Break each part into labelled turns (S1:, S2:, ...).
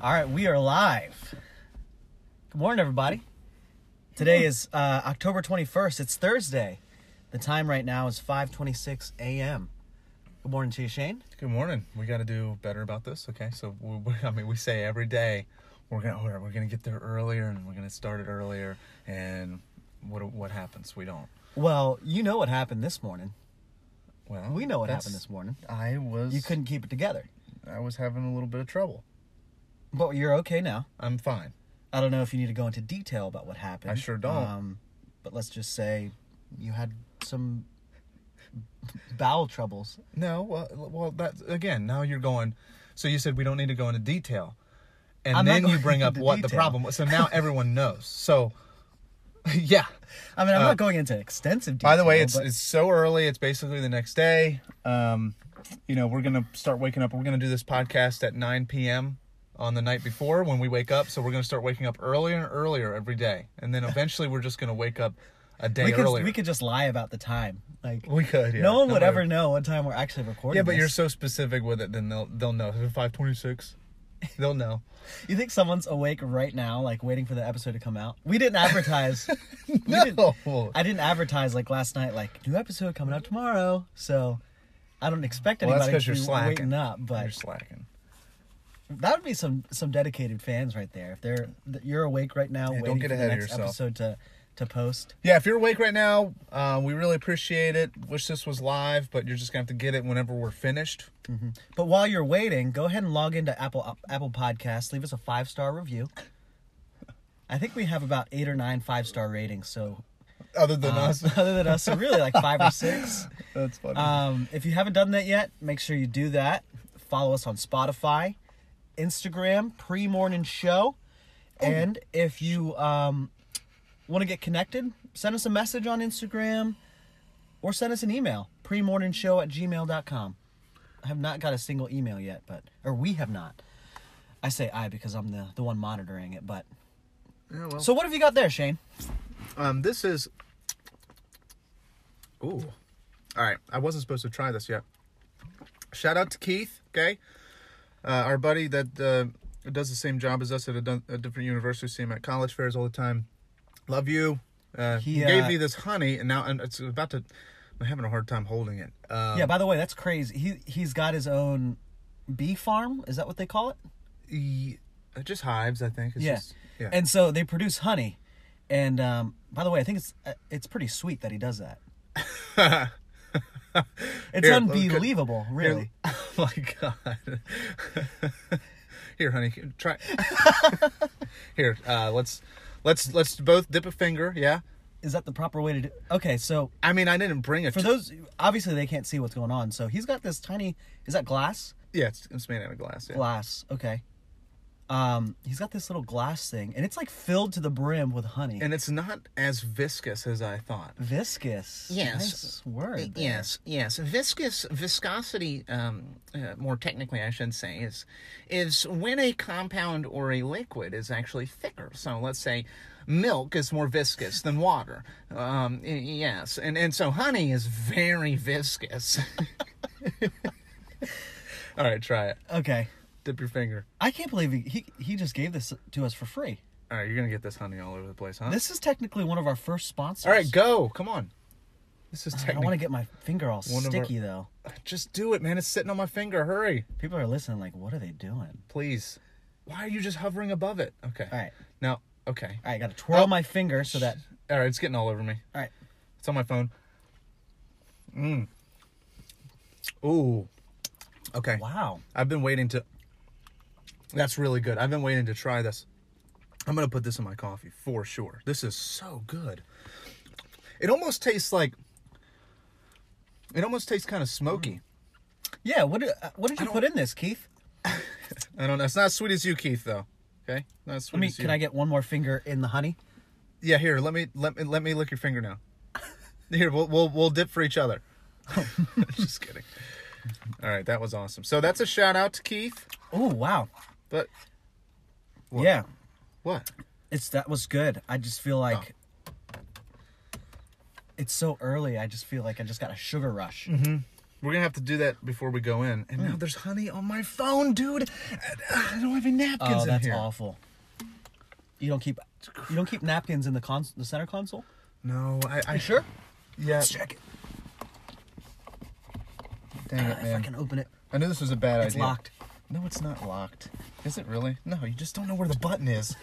S1: All right, we are live. Good morning, everybody. Today is uh, October 21st. It's Thursday. The time right now is 5:26 a.m. Good morning to you, Shane.
S2: Good morning. We got to do better about this. Okay, so we, we, I mean, we say every day we're gonna we're, we're gonna get there earlier and we're gonna start it earlier. And what what happens? We don't.
S1: Well, you know what happened this morning.
S2: Well,
S1: We know what
S2: that's-
S1: happened this morning.
S2: I was
S1: You couldn't keep it together,
S2: I was having a little bit of trouble.
S1: but you're okay now.
S2: I'm fine.
S1: I don't know if you need to go into detail about what happened.
S2: I sure don't.
S1: Um, but let's just say you had some bowel troubles.
S2: No, well, well, that again. Now you're going. So you said we don't need to go into detail, and
S1: I'm not
S2: then you
S1: going
S2: bring up
S1: into
S2: what the
S1: detail.
S2: problem was. So now everyone knows. So, yeah.
S1: I mean, I'm
S2: Uh,
S1: not going into extensive detail.
S2: By the way, it's
S1: but-
S2: it's so early. It's basically the next day. Um, you know, we're gonna start waking up. We're gonna do this podcast at 9 p.m. on the night before when we wake up. So we're gonna start waking up earlier and earlier every day, and then eventually we're just gonna wake up a day
S1: we could
S2: earlier.
S1: we could just lie about the time. Like
S2: We could, yeah.
S1: no one would
S2: Nobody-
S1: ever know what time we're actually recording.
S2: Yeah, but you're
S1: this.
S2: so specific with it, then they'll they'll know. 5:26. They'll know.
S1: you think someone's awake right now, like waiting for the episode to come out? We didn't advertise. We didn't-
S2: No.
S1: I didn't advertise like last night. Like new episode coming out tomorrow, so I don't expect
S2: Well, that's
S1: anybody
S2: because
S1: to
S2: you're
S1: be
S2: slacking.
S1: waiting up.
S2: You're
S1: But
S2: slacking.
S1: that would be some some dedicated fans right there. If they're that you're awake right now,
S2: don't
S1: waiting
S2: get
S1: for
S2: ahead
S1: the
S2: of
S1: next
S2: yourself.
S1: episode to to post.
S2: Yeah, if you're awake right now, uh, we really appreciate it. Wish this was live, but you're just gonna have to get it whenever we're finished.
S1: But while you're waiting, go ahead and log into Apple Apple Podcasts. Leave us a five star review. I think we have about eight or nine five star ratings. So
S2: Other than
S1: uh,
S2: us, Uh,
S1: other than us, so really like five or six.
S2: that's funny.
S1: Um, if you haven't done that yet, make sure you do that. Follow us on Spotify, Instagram, pre morning show, and if you um, want to get connected, send us a message on Instagram or send us an email pre morning show at gmail.com. I have not got a single email yet, but or we have not. I say I because I'm the, the one monitoring it, but
S2: Yeah, well.
S1: so what have you got there, Shane?
S2: um, this is. Ooh. All right. I wasn't supposed to try this yet. Shout out to Keith, okay? Uh, our buddy that uh, does the same job as us at a, dun- a different university, see him at college fairs all the time. Love you. Uh,
S1: He,
S2: he gave
S1: uh,
S2: me this honey, and now I'm, it's about to. I'm having a hard time holding it. Um,
S1: yeah, by the way, that's crazy. He he's got his own bee farm, is that what they call it?
S2: he- uh, just hives, I think. It's
S1: Yeah.
S2: Just, yeah.
S1: And so they produce honey. And um, by the way, I think it's uh, it's pretty sweet that he does that. it's
S2: Here, let me cut-
S1: unbelievable, really.
S2: Oh my god. Here, honey, try. Here, uh, let's let's let's both dip a finger. Yeah.
S1: Is that the proper way to do? Okay, so
S2: I mean, I didn't bring a.
S1: for those obviously they can't see what's going on. So he's got this tiny is that glass?
S2: yeah, it's, it's made out of glass. Yeah.
S1: Glass. Okay. Um he's got this little glass thing and it's like filled to the brim with honey.
S2: And it's not as viscous as I thought.
S1: viscous.
S2: Yes.
S1: Nice word. there.
S2: Yes, yes. Viscous viscosity, um, uh, more technically, I should say, is is when a compound or a liquid is actually thicker. So let's say milk is more viscous than water. Um, y- yes, and and so honey is very viscous. All right, try it.
S1: Okay.
S2: Dip your finger.
S1: I can't believe he, he he just gave this to us for free.
S2: All right, you're gonna get this honey all over the place, huh?
S1: This is technically one of our first sponsors.
S2: All right, go. Come on. This is
S1: I want
S2: technically.
S1: to get my finger all
S2: One of our-
S1: sticky though.
S2: Just do it, man. It's sitting on my finger. Hurry.
S1: People are listening, like, what are they doing?
S2: please. Why are you just hovering above it? Okay.
S1: All right,
S2: Now, okay.
S1: all right, gotta twirl
S2: Oh.
S1: my finger so that.
S2: All right, it's getting all over me.
S1: All right,
S2: It's on my phone. Mm. Ooh. Okay.
S1: wow,
S2: I've been waiting to. That's really good. I've been waiting to try this. I'm gonna put this in my coffee for sure. This is so good. It almost tastes like. It almost tastes kind of smoky.
S1: yeah. What did, uh, what did you put in this, Keith?
S2: I don't know. It's not as sweet as you, Keith, though. Okay. Not as sweet
S1: Let me.
S2: as you.
S1: Can I get one more finger in the honey?
S2: Yeah, here. Let me let me let me lick your finger now. Here, we'll we'll, we'll dip for each other. Just kidding. All right, that was awesome. So that's a shout out to Keith.
S1: Oh wow,
S2: But What?
S1: yeah,
S2: what?
S1: it's that was good. I just feel like. Oh. It's so early. I just feel like I just got a sugar rush. Mm-hmm.
S2: We're gonna have to do that before we go in. And
S1: Hmm.
S2: now there's honey on my phone, dude. I I don't have any napkins
S1: Oh,
S2: in
S1: that's
S2: here.
S1: awful. You don't keep you don't keep napkins in the cons- the center console.
S2: No, I, I
S1: Sure.
S2: Yeah.
S1: Let's check it.
S2: Dang
S1: Ah,
S2: it,
S1: if I
S2: man.
S1: can open it.
S2: I knew this was a bad
S1: It's
S2: idea.
S1: locked.
S2: No, it's not locked. Is it really? No, you just don't know where the button is.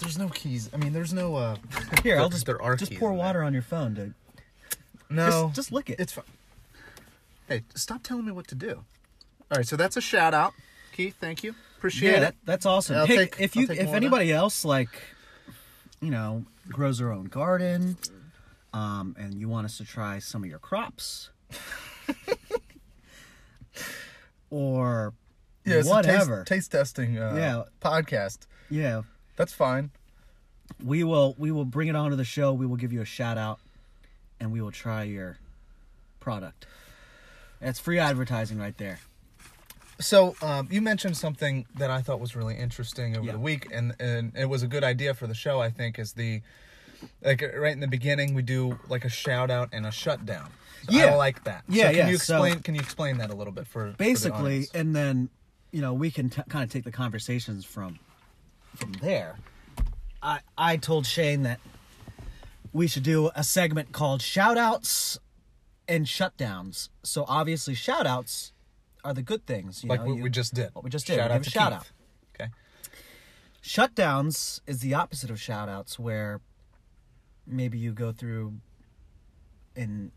S2: There's no keys. I mean, there's no. uh
S1: Here, I'll
S2: There-
S1: just
S2: there are
S1: just
S2: keys
S1: pour
S2: in there.
S1: water on your phone, dude.
S2: No.
S1: Just- just lick it.
S2: It's fine. Hey, stop telling me what to do. All right, so that's a shout out, Keith. Thank you. Appreciate
S1: yeah,
S2: it.
S1: that, that's awesome.
S2: I'll
S1: Hey,
S2: take-
S1: if
S2: I'll
S1: you
S2: take
S1: if
S2: more of
S1: anybody else like, you know, grows their own garden, um, and you want us to try some of your crops, or
S2: yeah, it's a taste-
S1: whatever,
S2: taste, testing. Uh,
S1: Yeah.
S2: Podcast.
S1: yeah,
S2: That's fine.
S1: we will we will bring it onto the show. We will give you a shout out, and we will try your product. That's free advertising right there.
S2: So um, you mentioned something that I thought was really interesting over
S1: Yeah.
S2: the week, and and it was a good idea for the show. I think is the like right in the beginning we do like a shout out and a shutdown. So
S1: Yeah.
S2: I like that.
S1: Yeah,
S2: so can
S1: yeah,
S2: You
S1: so-
S2: explain? Can you explain that a little bit for for the
S1: basically
S2: audience?
S1: and then you know we can t- kind of take the conversations from from there i i told shane that we should do a segment called shoutouts and shutdowns so obviously shoutouts are the good things you
S2: like
S1: know
S2: what
S1: you-
S2: we just did.
S1: what we just did
S2: Shout
S1: we
S2: out
S1: gave
S2: to
S1: a shout
S2: Keith.
S1: out
S2: Okay.
S1: shutdowns is the opposite of shoutouts where maybe you go through an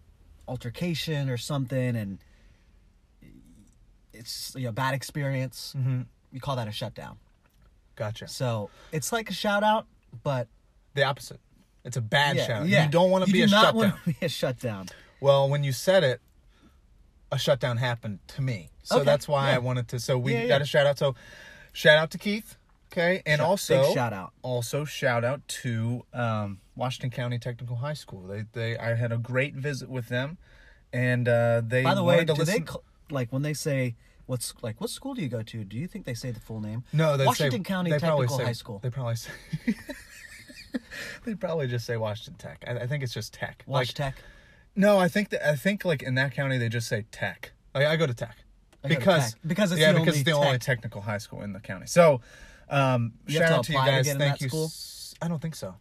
S1: altercation or something and it's you know, a bad experience
S2: Mm-hmm.
S1: you call that a shutdown
S2: Gotcha.
S1: so it's like a shout out but
S2: The opposite. It's a bad
S1: yeah,
S2: shout.
S1: yeah.
S2: You don't want to
S1: You
S2: be
S1: do
S2: a
S1: not
S2: shutdown.
S1: wanna be a shutdown
S2: Well, when you said it, a shutdown happened to me. So
S1: Okay,
S2: that's why
S1: yeah.
S2: I wanted to. So we
S1: Yeah, yeah.
S2: got a shout out. So shout out to Keith. Okay. And
S1: Shout-
S2: also,
S1: big shout out.
S2: Also, shout out to um, Washington County Technical High School. They, they, I had a great visit with them. And uh, they
S1: by the way
S2: wanted
S1: do
S2: to
S1: they
S2: listen.
S1: cl- like when they say what's like what school do you go to do you think they say the full name
S2: No, they
S1: washington
S2: say,
S1: county
S2: they probably
S1: technical
S2: say-
S1: high school
S2: They probably say. they probably just say Washington Tech. I, I think it's just Tech.
S1: wash
S2: Like,
S1: tech
S2: No, I think that I think like in that county they just say Tech. Like, I go to Tech
S1: go to
S2: because
S1: Tech. Because it's
S2: yeah
S1: the
S2: because it's the
S1: only
S2: only
S1: Tech.
S2: technical high school in the county. So um,
S1: You have
S2: shout
S1: to
S2: out to you
S1: apply to
S2: guys.
S1: get in
S2: Thank
S1: that
S2: you.
S1: school?
S2: s- I don't think so.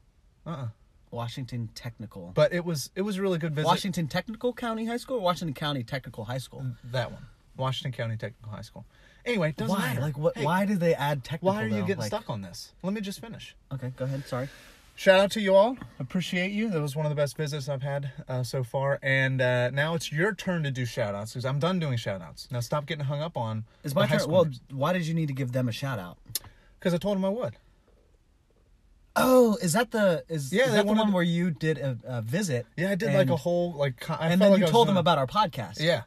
S2: Uh. uh
S1: washington technical
S2: But it was it was a really good visit.
S1: Washington Technical County High School or Washington County Technical High School?
S2: that one, Washington County Technical High School. Anyway, it doesn't
S1: Why?
S2: matter.
S1: Like what
S2: Hey,
S1: why do they add technical?
S2: Why are you
S1: though?
S2: getting
S1: Like-
S2: stuck on this? Let me just finish.
S1: Okay, go ahead. Sorry.
S2: Shout out to you all. Appreciate you. That was one of the best visits I've had uh, so far. And uh, now it's your turn to do shout outs because I'm done doing shout outs. Now stop getting hung up on.
S1: It's my turn. Well, why did you need to give them a shout out?
S2: Because I told them I would.
S1: Oh, is that the is,
S2: Yeah,
S1: is
S2: they
S1: that the one
S2: wanted-
S1: where you did a, a visit?
S2: Yeah, I did like a
S1: and-
S2: whole, like, co- I
S1: And then
S2: felt like I
S1: you
S2: was
S1: told them
S2: doing-
S1: about our podcast.
S2: Yeah.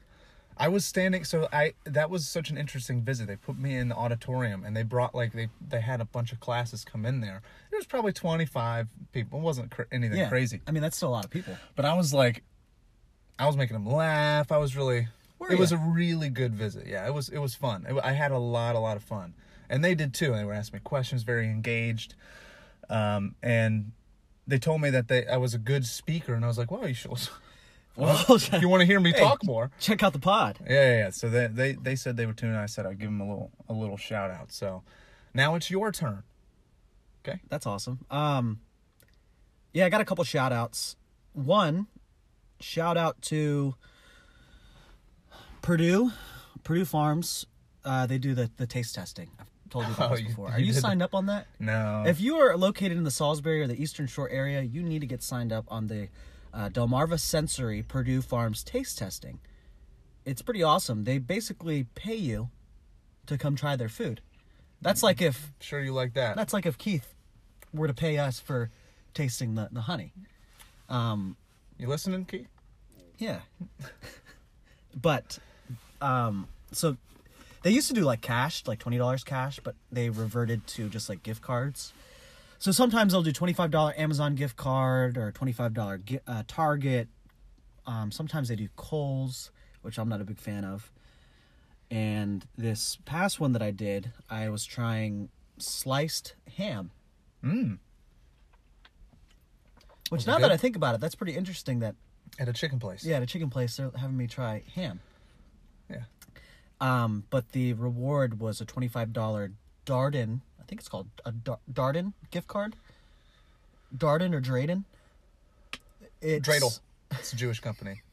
S2: I was standing so I that was such an interesting visit. They put me in the auditorium and they brought like they they had a bunch of classes come in there. There was probably 25 people. It wasn't cr- anything
S1: Yeah.
S2: crazy.
S1: I mean, that's still a lot of people.
S2: But I was like, I was making them laugh. I was really.
S1: Were
S2: it was
S1: ya?
S2: a really good visit. Yeah, it was. It was fun. It, wa- I had a lot, a lot of fun, and they did too. They were asking me questions, very engaged, um, and they told me that they I was a good speaker, and I was like, "Well, you should.
S1: Well,
S2: if you want to hear me talk more,
S1: check out the pod.
S2: yeah, yeah, yeah. So they, they they said they were tuned. and I said I'd give them a little a little shout out. So now it's your turn. Okay.
S1: That's awesome. Um, yeah, I got a couple shout outs. One, shout out to Purdue, Purdue Farms. Uh, they do the, the taste testing. I've told you about
S2: Oh,
S1: this
S2: you-
S1: before.
S2: you
S1: Are you
S2: did the-
S1: signed up on that?
S2: No.
S1: If you are located in the Salisbury or the Eastern Shore area, you need to get signed up on the uh, Delmarva Sensory Purdue Farms taste testing. It's pretty awesome. They basically pay you to come try their food. That's like if
S2: sure you like that.
S1: that's like if Keith were to pay us for tasting the, the honey. Um,
S2: You listening, Keith?
S1: yeah. but um, so they used to do like cash, like twenty dollars cash, but they reverted to just like gift cards. So sometimes they'll do twenty five dollar Amazon gift card or twenty five dollar uh, Target. Um, sometimes they do Kohl's, which I'm not a big fan of. And this past one that I did, I was trying sliced ham. Mmm. Which
S2: it
S1: now that
S2: good?
S1: I think about it, that's pretty interesting that
S2: At a chicken place.
S1: Yeah, at a chicken place, they're having me try ham.
S2: Yeah.
S1: Um, but the reward was a twenty-five dollar Darden. I think it's called a Dar- Darden gift card. Darden or Drayden. It's,
S2: Dreidel. It's a Jewish company.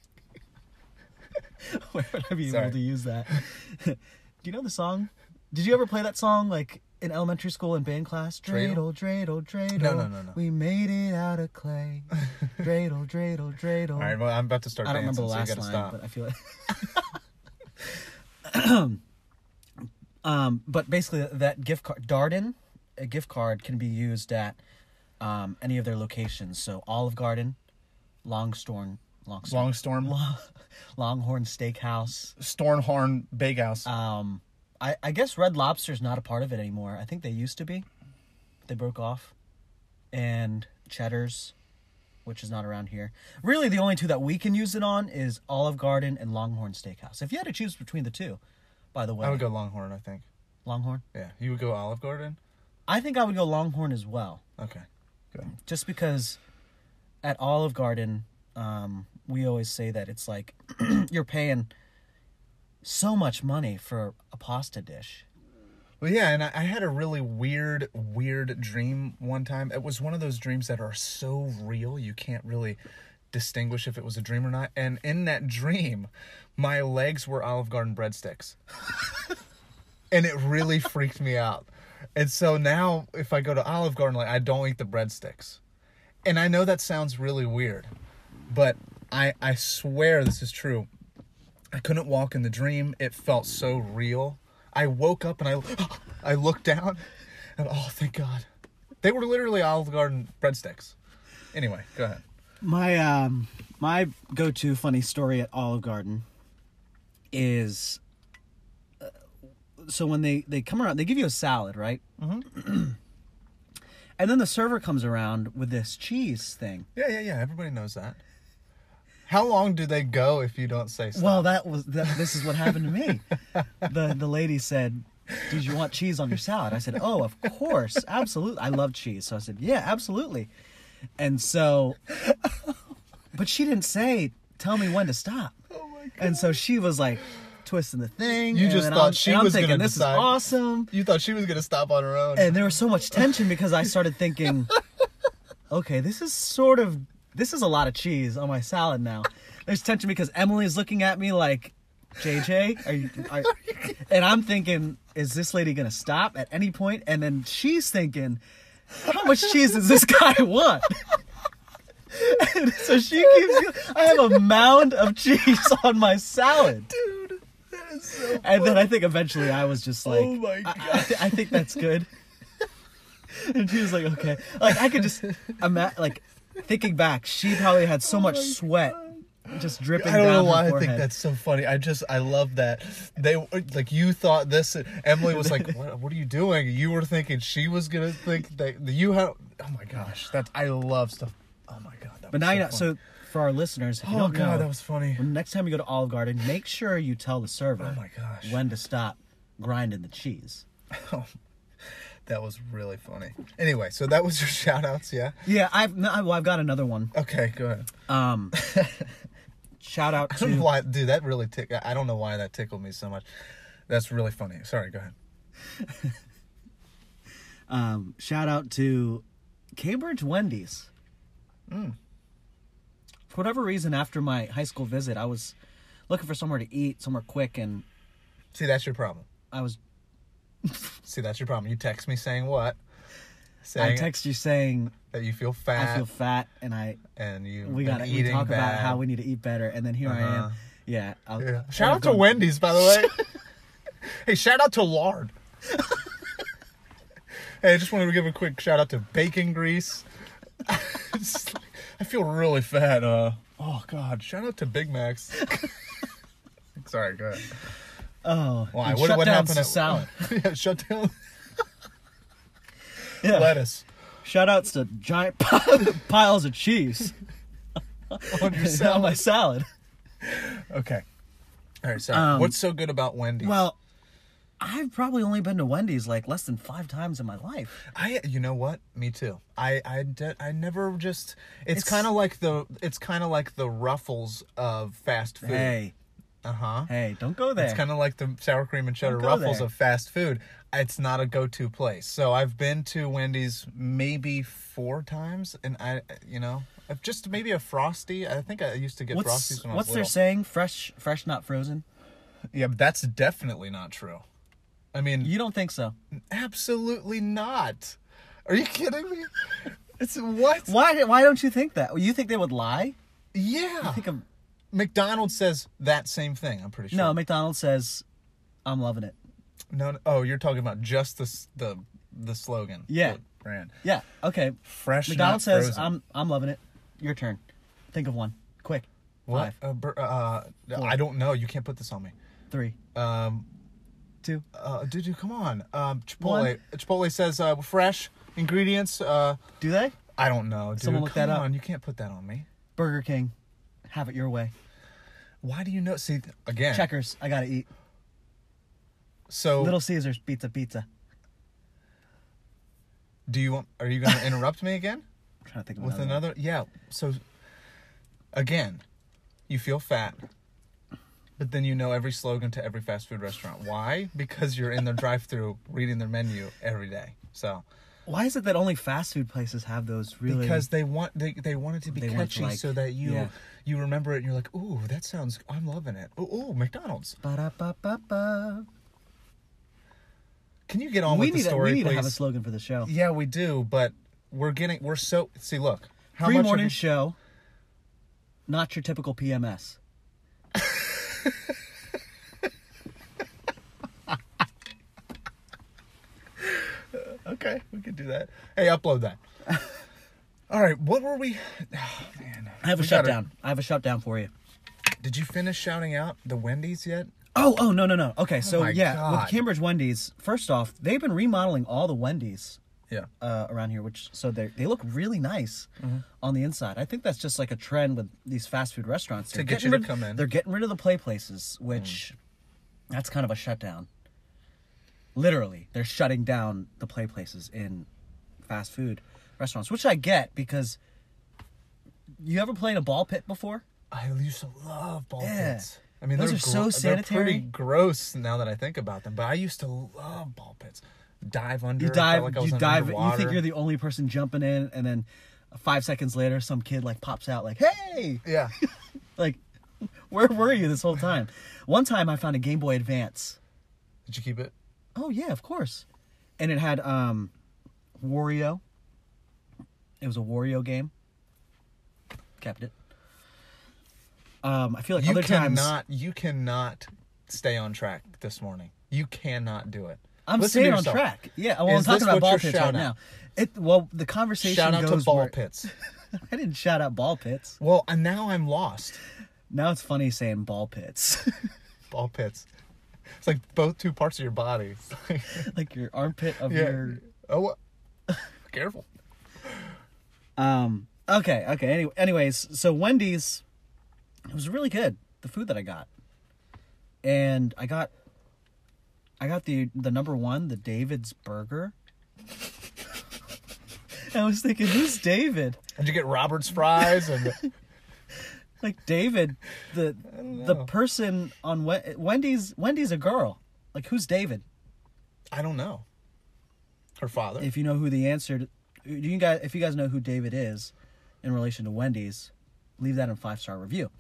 S1: Where would I be
S2: Sorry.
S1: able to use that? Do you know the song? Did you ever play that song like in elementary school in band class?
S2: Dreidel?
S1: Dreidel, dreidel, dreidel.
S2: No, no, no, no.
S1: We made it out of clay. dreidel, dreidel, dreidel.
S2: All right, well, I'm about to start
S1: I don't remember
S2: dancing,
S1: the
S2: so
S1: last
S2: you
S1: line,
S2: gotta stop.
S1: but I feel like. um, but basically, that gift card, Darden, a gift card can be used at um, any of their locations. So Olive Garden, Longstorn, Longstorn,
S2: Long Storm,
S1: Long, Longhorn Steakhouse.
S2: Stornhorn Bakehouse.
S1: Um, I, I guess Red Lobster's not a part of it anymore. I think they used to be. They broke off. And Cheddar's, which is not around here. Really, the only two that we can use it on is Olive Garden and Longhorn Steakhouse. If you had to choose between the two, by the way,
S2: I would go Longhorn, I think.
S1: Longhorn.
S2: Yeah, you would go Olive Garden.
S1: I think I would go Longhorn as well,
S2: Okay, good.
S1: just because at Olive Garden, um, we always say that it's like you're paying so much money for a pasta dish.
S2: Well, yeah, and I, I had a really weird, weird dream one time. It was one of those dreams that are so real you can't really distinguish if it was a dream or not. And in that dream, my legs were Olive Garden breadsticks, and it really freaked me out. And so now, if I go to Olive Garden, like I don't eat the breadsticks, and I know that sounds really weird, but I I swear this is true. I couldn't walk in the dream. It felt so real. I woke up and I I looked down and oh thank God. They were literally Olive Garden breadsticks. Anyway, go ahead.
S1: My um my go-to funny story at Olive Garden is uh, so when they they come around they give you a salad right mm-hmm. and then the server comes around with this cheese thing
S2: Yeah, yeah, yeah. Everybody knows that. How long do they go if you don't say stop?
S1: well that was that, this is what happened to me the the lady said did you want cheese on your salad i said oh of course absolutely i love cheese so i said yeah absolutely and so but she didn't say tell me when to stop
S2: oh my God.
S1: And so she was like twisting the thing.
S2: You
S1: and
S2: just
S1: then
S2: thought
S1: I'm,
S2: she
S1: and I'm
S2: was
S1: thinking
S2: gonna
S1: this
S2: decide."
S1: is awesome.
S2: You thought she was gonna stop on her own.
S1: And there was so much tension because I started thinking, okay, this is sort of this is a lot of cheese on my salad now. There's tension because Emily's looking at me like, JJ, are you? Are, and I'm thinking, is this lady gonna stop at any point? And then she's thinking, how much cheese does this guy want? And so she keeps. I have a mound of cheese on my salad.
S2: Dude, that is so
S1: And then I think eventually I was just like,
S2: Oh my
S1: I- I, th- I think that's good. and she was like, okay. Like, I could just, ima- like, thinking back, she probably had so much sweat just dripping
S2: I don't
S1: down
S2: know
S1: her
S2: why I
S1: forehead.
S2: think that's so funny. I just I love that they like you thought this. Emily was like, what, "What are you doing?" You were thinking she was gonna think that that you had. Oh my gosh, that I love stuff. Oh my god, that
S1: But
S2: was
S1: now
S2: so
S1: you know,
S2: funny.
S1: so for our listeners, if you
S2: oh
S1: don't
S2: god,
S1: know,
S2: that was funny.
S1: when next time you go to Olive Garden, make sure you tell the server
S2: Oh my gosh.
S1: when to stop grinding the cheese.
S2: That was really funny. Anyway, so that was your shout outs, yeah.
S1: Yeah, I've, no, I- well, I've got another one.
S2: Okay, go ahead.
S1: Um, shout out
S2: I don't know
S1: to
S2: why, dude. That really tick. I don't know why that tickled me so much. That's really funny. Sorry, go ahead.
S1: um, shout out to Cambridge Wendy's. Mm. For whatever reason, after my high school visit, I was looking for somewhere to eat, somewhere quick, and
S2: See, that's your problem.
S1: I was
S2: See, that's your problem. You text me saying what? Saying
S1: I text you saying
S2: that you feel fat.
S1: I feel fat, and I
S2: and you
S1: we got we
S2: eating
S1: talk about
S2: bad.
S1: how we need to eat better, and then here I am.
S2: Uh-huh.
S1: Yeah, I'll,
S2: Yeah.
S1: I'll
S2: Shout out to
S1: go-
S2: Wendy's, by the way. hey, shout out to lard. hey, I just wanted to give a quick shout out to bacon grease. It's like, I feel really fat. Uh, oh God! Shout out to Big Macs. Sorry, go ahead.
S1: Oh,
S2: Why?
S1: and
S2: What,
S1: shut
S2: what
S1: down
S2: happened?
S1: the
S2: at-
S1: salad.
S2: yeah, shut down
S1: Yeah.
S2: lettuce
S1: Shout outs to giant piles of cheese
S2: on your
S1: on my
S2: salad.
S1: salad.
S2: okay. All right. Sorry.
S1: Um,
S2: What's so good about Wendy's?
S1: Well, I've probably only been to Wendy's like less than five times in my life.
S2: I you know what? Me too. I I, de- I never just it's,
S1: It's-
S2: kind of like the it's kind of like the ruffles of fast food.
S1: Hey,
S2: Uh-huh.
S1: hey, don't go there.
S2: It's kind of like the sour cream and cheddar
S1: Don't go
S2: ruffles
S1: there.
S2: of fast food. It's not a go-to place. So I've been to Wendy's maybe 4 times and I you know, I've just maybe a frosty. I think I used to get
S1: what's
S2: frosties when I was
S1: what's their
S2: little.
S1: saying? Fresh, fresh, not frozen.
S2: Yeah, but that's definitely not true. I mean,
S1: You don't think so?
S2: absolutely not. Are you kidding me? It's what?
S1: Why? Why don't you think that? You think they would lie?
S2: Yeah.
S1: Think of
S2: McDonald's says that same thing. I'm pretty sure.
S1: no. McDonald's says, "I'm loving it."
S2: no, no- Oh, you're talking about just the s- the the slogan.
S1: Yeah.
S2: the brand
S1: Yeah. Okay.
S2: fresh.
S1: McDonald's
S2: not
S1: says,
S2: frozen.
S1: "I'm I'm loving it." Your turn. Think of one. Quick. Five,
S2: What? Uh, bur- uh, I don't know. You can't put this on me.
S1: three,
S2: Um,
S1: two.
S2: uh, dude, you come on. Um, Chipotle.
S1: One.
S2: Chipotle says uh, fresh ingredients. Uh,
S1: Do they?
S2: I don't know, dude.
S1: Someone look
S2: come
S1: that up.
S2: on, you can't put that on me.
S1: Burger King. Have it your way.
S2: Why do you know? See again.
S1: Checkers. I gotta eat.
S2: So
S1: Little Caesars. Pizza. Pizza.
S2: Do you want? Are you going to interrupt me again
S1: I'm trying to think of
S2: with
S1: another.
S2: another? Yeah. So, again, you feel fat, but then you know every slogan to every fast food restaurant. Why? Because you're in their drive-through, reading their menu every day. So,
S1: Why is it that only fast food places have those really?
S2: because they want they, they want it to be
S1: They want it to
S2: catchy,
S1: like-
S2: so that you
S1: yeah.
S2: you remember it and you're like, ooh, that sounds. I'm loving it. Ooh, ooh McDonald's.
S1: Ba-da-ba-ba-ba.
S2: Can you get on
S1: we
S2: with
S1: need
S2: the story,
S1: a, we need
S2: please?
S1: to have a slogan for the show.
S2: yeah, we do, but we're getting we're so see. Look, how
S1: Pre
S2: much
S1: morning
S2: have you-
S1: show. Not your typical PMS.
S2: Okay, we could do that. Hey, upload that. All right, what were we? Oh, man.
S1: I have a
S2: We gotta-
S1: shutdown. I have a shutdown for you.
S2: Did you finish shouting out the Wendy's yet?
S1: Oh, oh no no no. Okay, so
S2: my
S1: yeah,
S2: God.
S1: with Cambridge Wendy's, first off, they've been remodeling all the Wendy's
S2: Yeah.
S1: uh, around here, which so they they look really nice
S2: Mm-hmm.
S1: on the inside. I think that's just like a trend with these fast food restaurants. They're
S2: get
S1: getting
S2: you to
S1: rid-
S2: come in. Mm.
S1: They're getting rid of the play places, which that's kind of a shutdown. Literally, they're shutting down the play places in fast food restaurants, which I get because you ever played a ball pit before?
S2: I used to love ball
S1: Yeah.
S2: pits. I mean,
S1: Those
S2: they're
S1: are so
S2: They're
S1: sanitary.
S2: pretty gross now that I think about them, but I used to love ball pits. Dive under.
S1: You
S2: felt
S1: dive.
S2: like I was
S1: you dive. You
S2: underwater.
S1: think you're the only person jumping in, and then five seconds later, some kid like pops out like, "Hey!"
S2: Yeah.
S1: Like, where were you this whole time? One time, I found a Game Boy Advance.
S2: Did you keep it?
S1: Oh yeah, of course. And it had um, Wario. It was a Wario game. Kept it. Um, I feel like
S2: You
S1: other times
S2: cannot. You cannot stay on track this morning. You cannot do it.
S1: I'm
S2: Listen to
S1: staying on
S2: yourself.
S1: track. Yeah, well, I'm
S2: Is
S1: talking
S2: this
S1: about
S2: what
S1: ball
S2: you're
S1: pits right
S2: shouting
S1: now.
S2: out?
S1: It well, the conversation
S2: Shout out
S1: goes
S2: to ball
S1: where-
S2: pits.
S1: I didn't shout out ball pits.
S2: Well, and now I'm lost.
S1: Now it's funny saying ball pits.
S2: ball pits. It's like both two parts of your body. It's like-
S1: like your armpit of
S2: yeah.
S1: your
S2: Oh, what? careful.
S1: um okay, okay. Anyway, anyways, so Wendy's it was really good. The food that I got. And I got I got the the number 1, the David's burger. I was thinking, who's David?
S2: Did you get Robert's fries and
S1: Like David, the the person on Wen- Wendy's Wendy's a girl. Like who's David?
S2: I don't know. Her father.
S1: if you know who the answer to, do you guys if you guys know who David is in relation to Wendy's, leave that in five star review.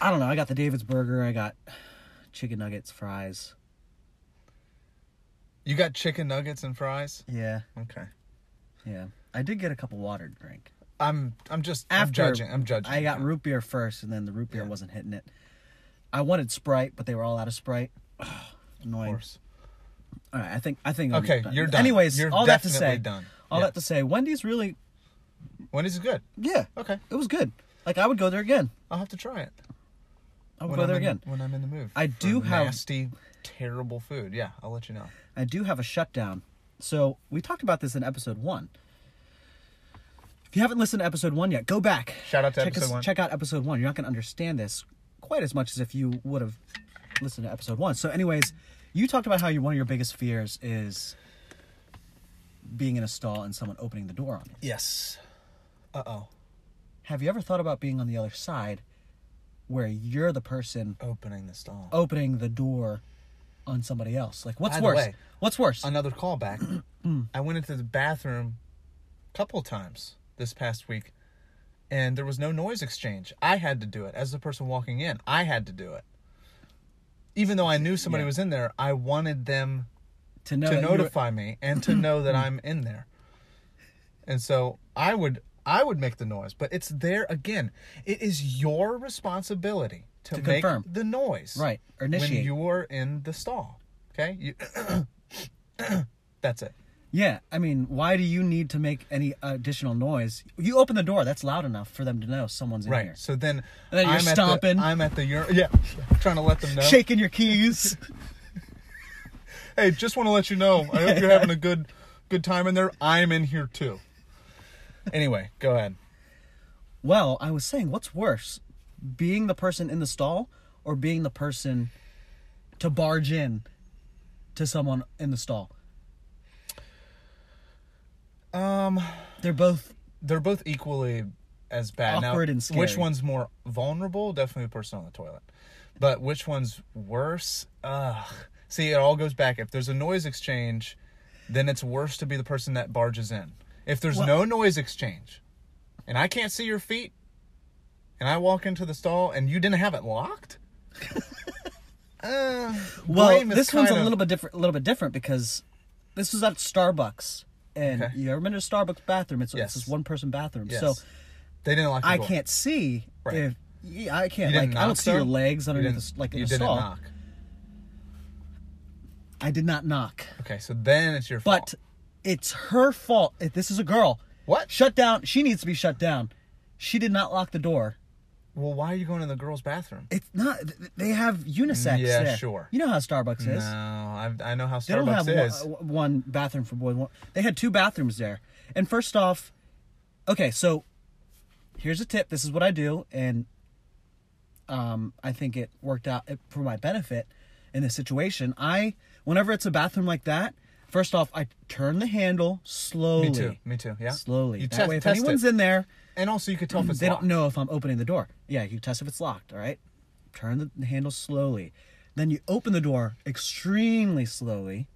S1: I don't know. I got the David's burger. I got chicken nuggets, fries.
S2: you got chicken nuggets and fries.
S1: Yeah,
S2: Okay.
S1: yeah. I did get a couple water to drink.
S2: I'm I'm just I'm judging. I'm judging.
S1: I got root beer first, and then the root beer
S2: Yeah.
S1: wasn't hitting it. I wanted Sprite, but they were all out of Sprite.
S2: Of
S1: Annoying.
S2: course.
S1: All right, I think I think I'm
S2: Okay, you're done.
S1: Anyways,
S2: You're
S1: all that to
S2: definitely
S1: say,
S2: done.
S1: all
S2: Yeah.
S1: that to say, Wendy's really
S2: Wendy's is good.
S1: yeah.
S2: Okay.
S1: It was good. Like I would go there again.
S2: I'll have to try it.
S1: I would
S2: When
S1: go
S2: I'm
S1: there
S2: in,
S1: again.
S2: When I'm in the mood.
S1: I
S2: for
S1: do have-
S2: nasty, terrible food. Yeah, I'll let you know.
S1: I do have a shutdown. So we talked about this in episode one. If you haven't listened to episode one yet, go back.
S2: Shout out to
S1: check
S2: episode one.
S1: Check out episode one. You're not going to understand this quite as much as if you would have listen to episode one. So, anyways, you talked about how your one of your biggest fears is being in a stall and someone opening the door on you.
S2: Yes. Uh oh.
S1: Have you ever thought about being on the other side, where you're the person
S2: Opening the stall.
S1: opening the door on somebody else? Like, what's
S2: Either
S1: worse?
S2: way.
S1: what's worse?
S2: Another callback. I went into the bathroom a couple times this past week and there was no noise exchange. I had to do it as the person walking in. I had to do it. Even though I knew somebody
S1: Yeah.
S2: was in there, I wanted them
S1: to know
S2: to
S1: that you were-
S2: notify me and to know that I'm in there. And so I would I would make the noise, but it's there again. It is your responsibility to,
S1: To
S2: make
S1: confirm.
S2: the noise.
S1: Right, or initiate.
S2: When you're in the stall. Okay? You, that's it.
S1: Yeah, I mean, why do you need to make any additional noise? You open the door, that's loud enough for them to know someone's in
S2: Right.
S1: here.
S2: So then,
S1: And then you're
S2: I'm At
S1: stomping.
S2: the, I'm at the ur- yeah, trying to let them know.
S1: Shaking your keys.
S2: Hey, just want to let you know. I hope you're having a good good time in there. I'm in here too. Anyway, go ahead.
S1: well, I was saying, what's worse, being the person in the stall or being the person to barge in to someone in the stall?
S2: Um
S1: They're both
S2: they're both equally as bad.
S1: Awkward
S2: now,
S1: and scary.
S2: Which one's more vulnerable? Definitely the person on the toilet. But which one's worse? Ugh. See, it all goes back. If there's a noise exchange, then it's worse to be the person that barges in. If there's no noise exchange, and I can't see your feet, and I walk into the stall, and you didn't have it locked. uh,
S1: well.
S2: blame is
S1: This one's a
S2: kind of-
S1: little bit different. A little bit different because this was at Starbucks, and
S2: Okay.
S1: you ever been to a Starbucks bathroom? It's,
S2: Yes.
S1: it's this one person bathroom.
S2: Yes.
S1: So
S2: They didn't lock. The
S1: I
S2: door.
S1: can't see
S2: Right.
S1: if yeah, I can't
S2: You didn't
S1: like I don't
S2: knock,
S1: see
S2: though?
S1: your legs
S2: You
S1: underneath
S2: didn't-
S1: this like in
S2: you
S1: the
S2: didn't
S1: stall.
S2: knock.
S1: I did not knock,
S2: Okay, so then it's your
S1: but
S2: fault.
S1: it's her fault. If this is a girl,
S2: What?
S1: Shut down. She needs to be shut down. She did not lock the door.
S2: Well, why are you going to the girls' bathroom?
S1: It's not. th- th- They have unisex.
S2: Yeah,
S1: there.
S2: sure.
S1: You know how Starbucks is.
S2: No, I, I know how
S1: They don't
S2: Starbucks
S1: have
S2: is.
S1: one, uh, one bathroom for boys. One, they had two bathrooms there. And first off, okay, so here's a tip. This is what I do, and um, I think it worked out for my benefit in this situation. I, whenever it's a bathroom like that, first off, I turn the handle slowly.
S2: Me too. Me too. Yeah.
S1: Slowly.
S2: You
S1: that
S2: test,
S1: way, if
S2: test
S1: anyone's
S2: it.
S1: in there,
S2: and also you could tell if it's
S1: Mm, they
S2: locked.
S1: don't know if I'm opening the door. Yeah, you test if it's locked, all right? Turn the handle slowly. Then you open the door extremely slowly.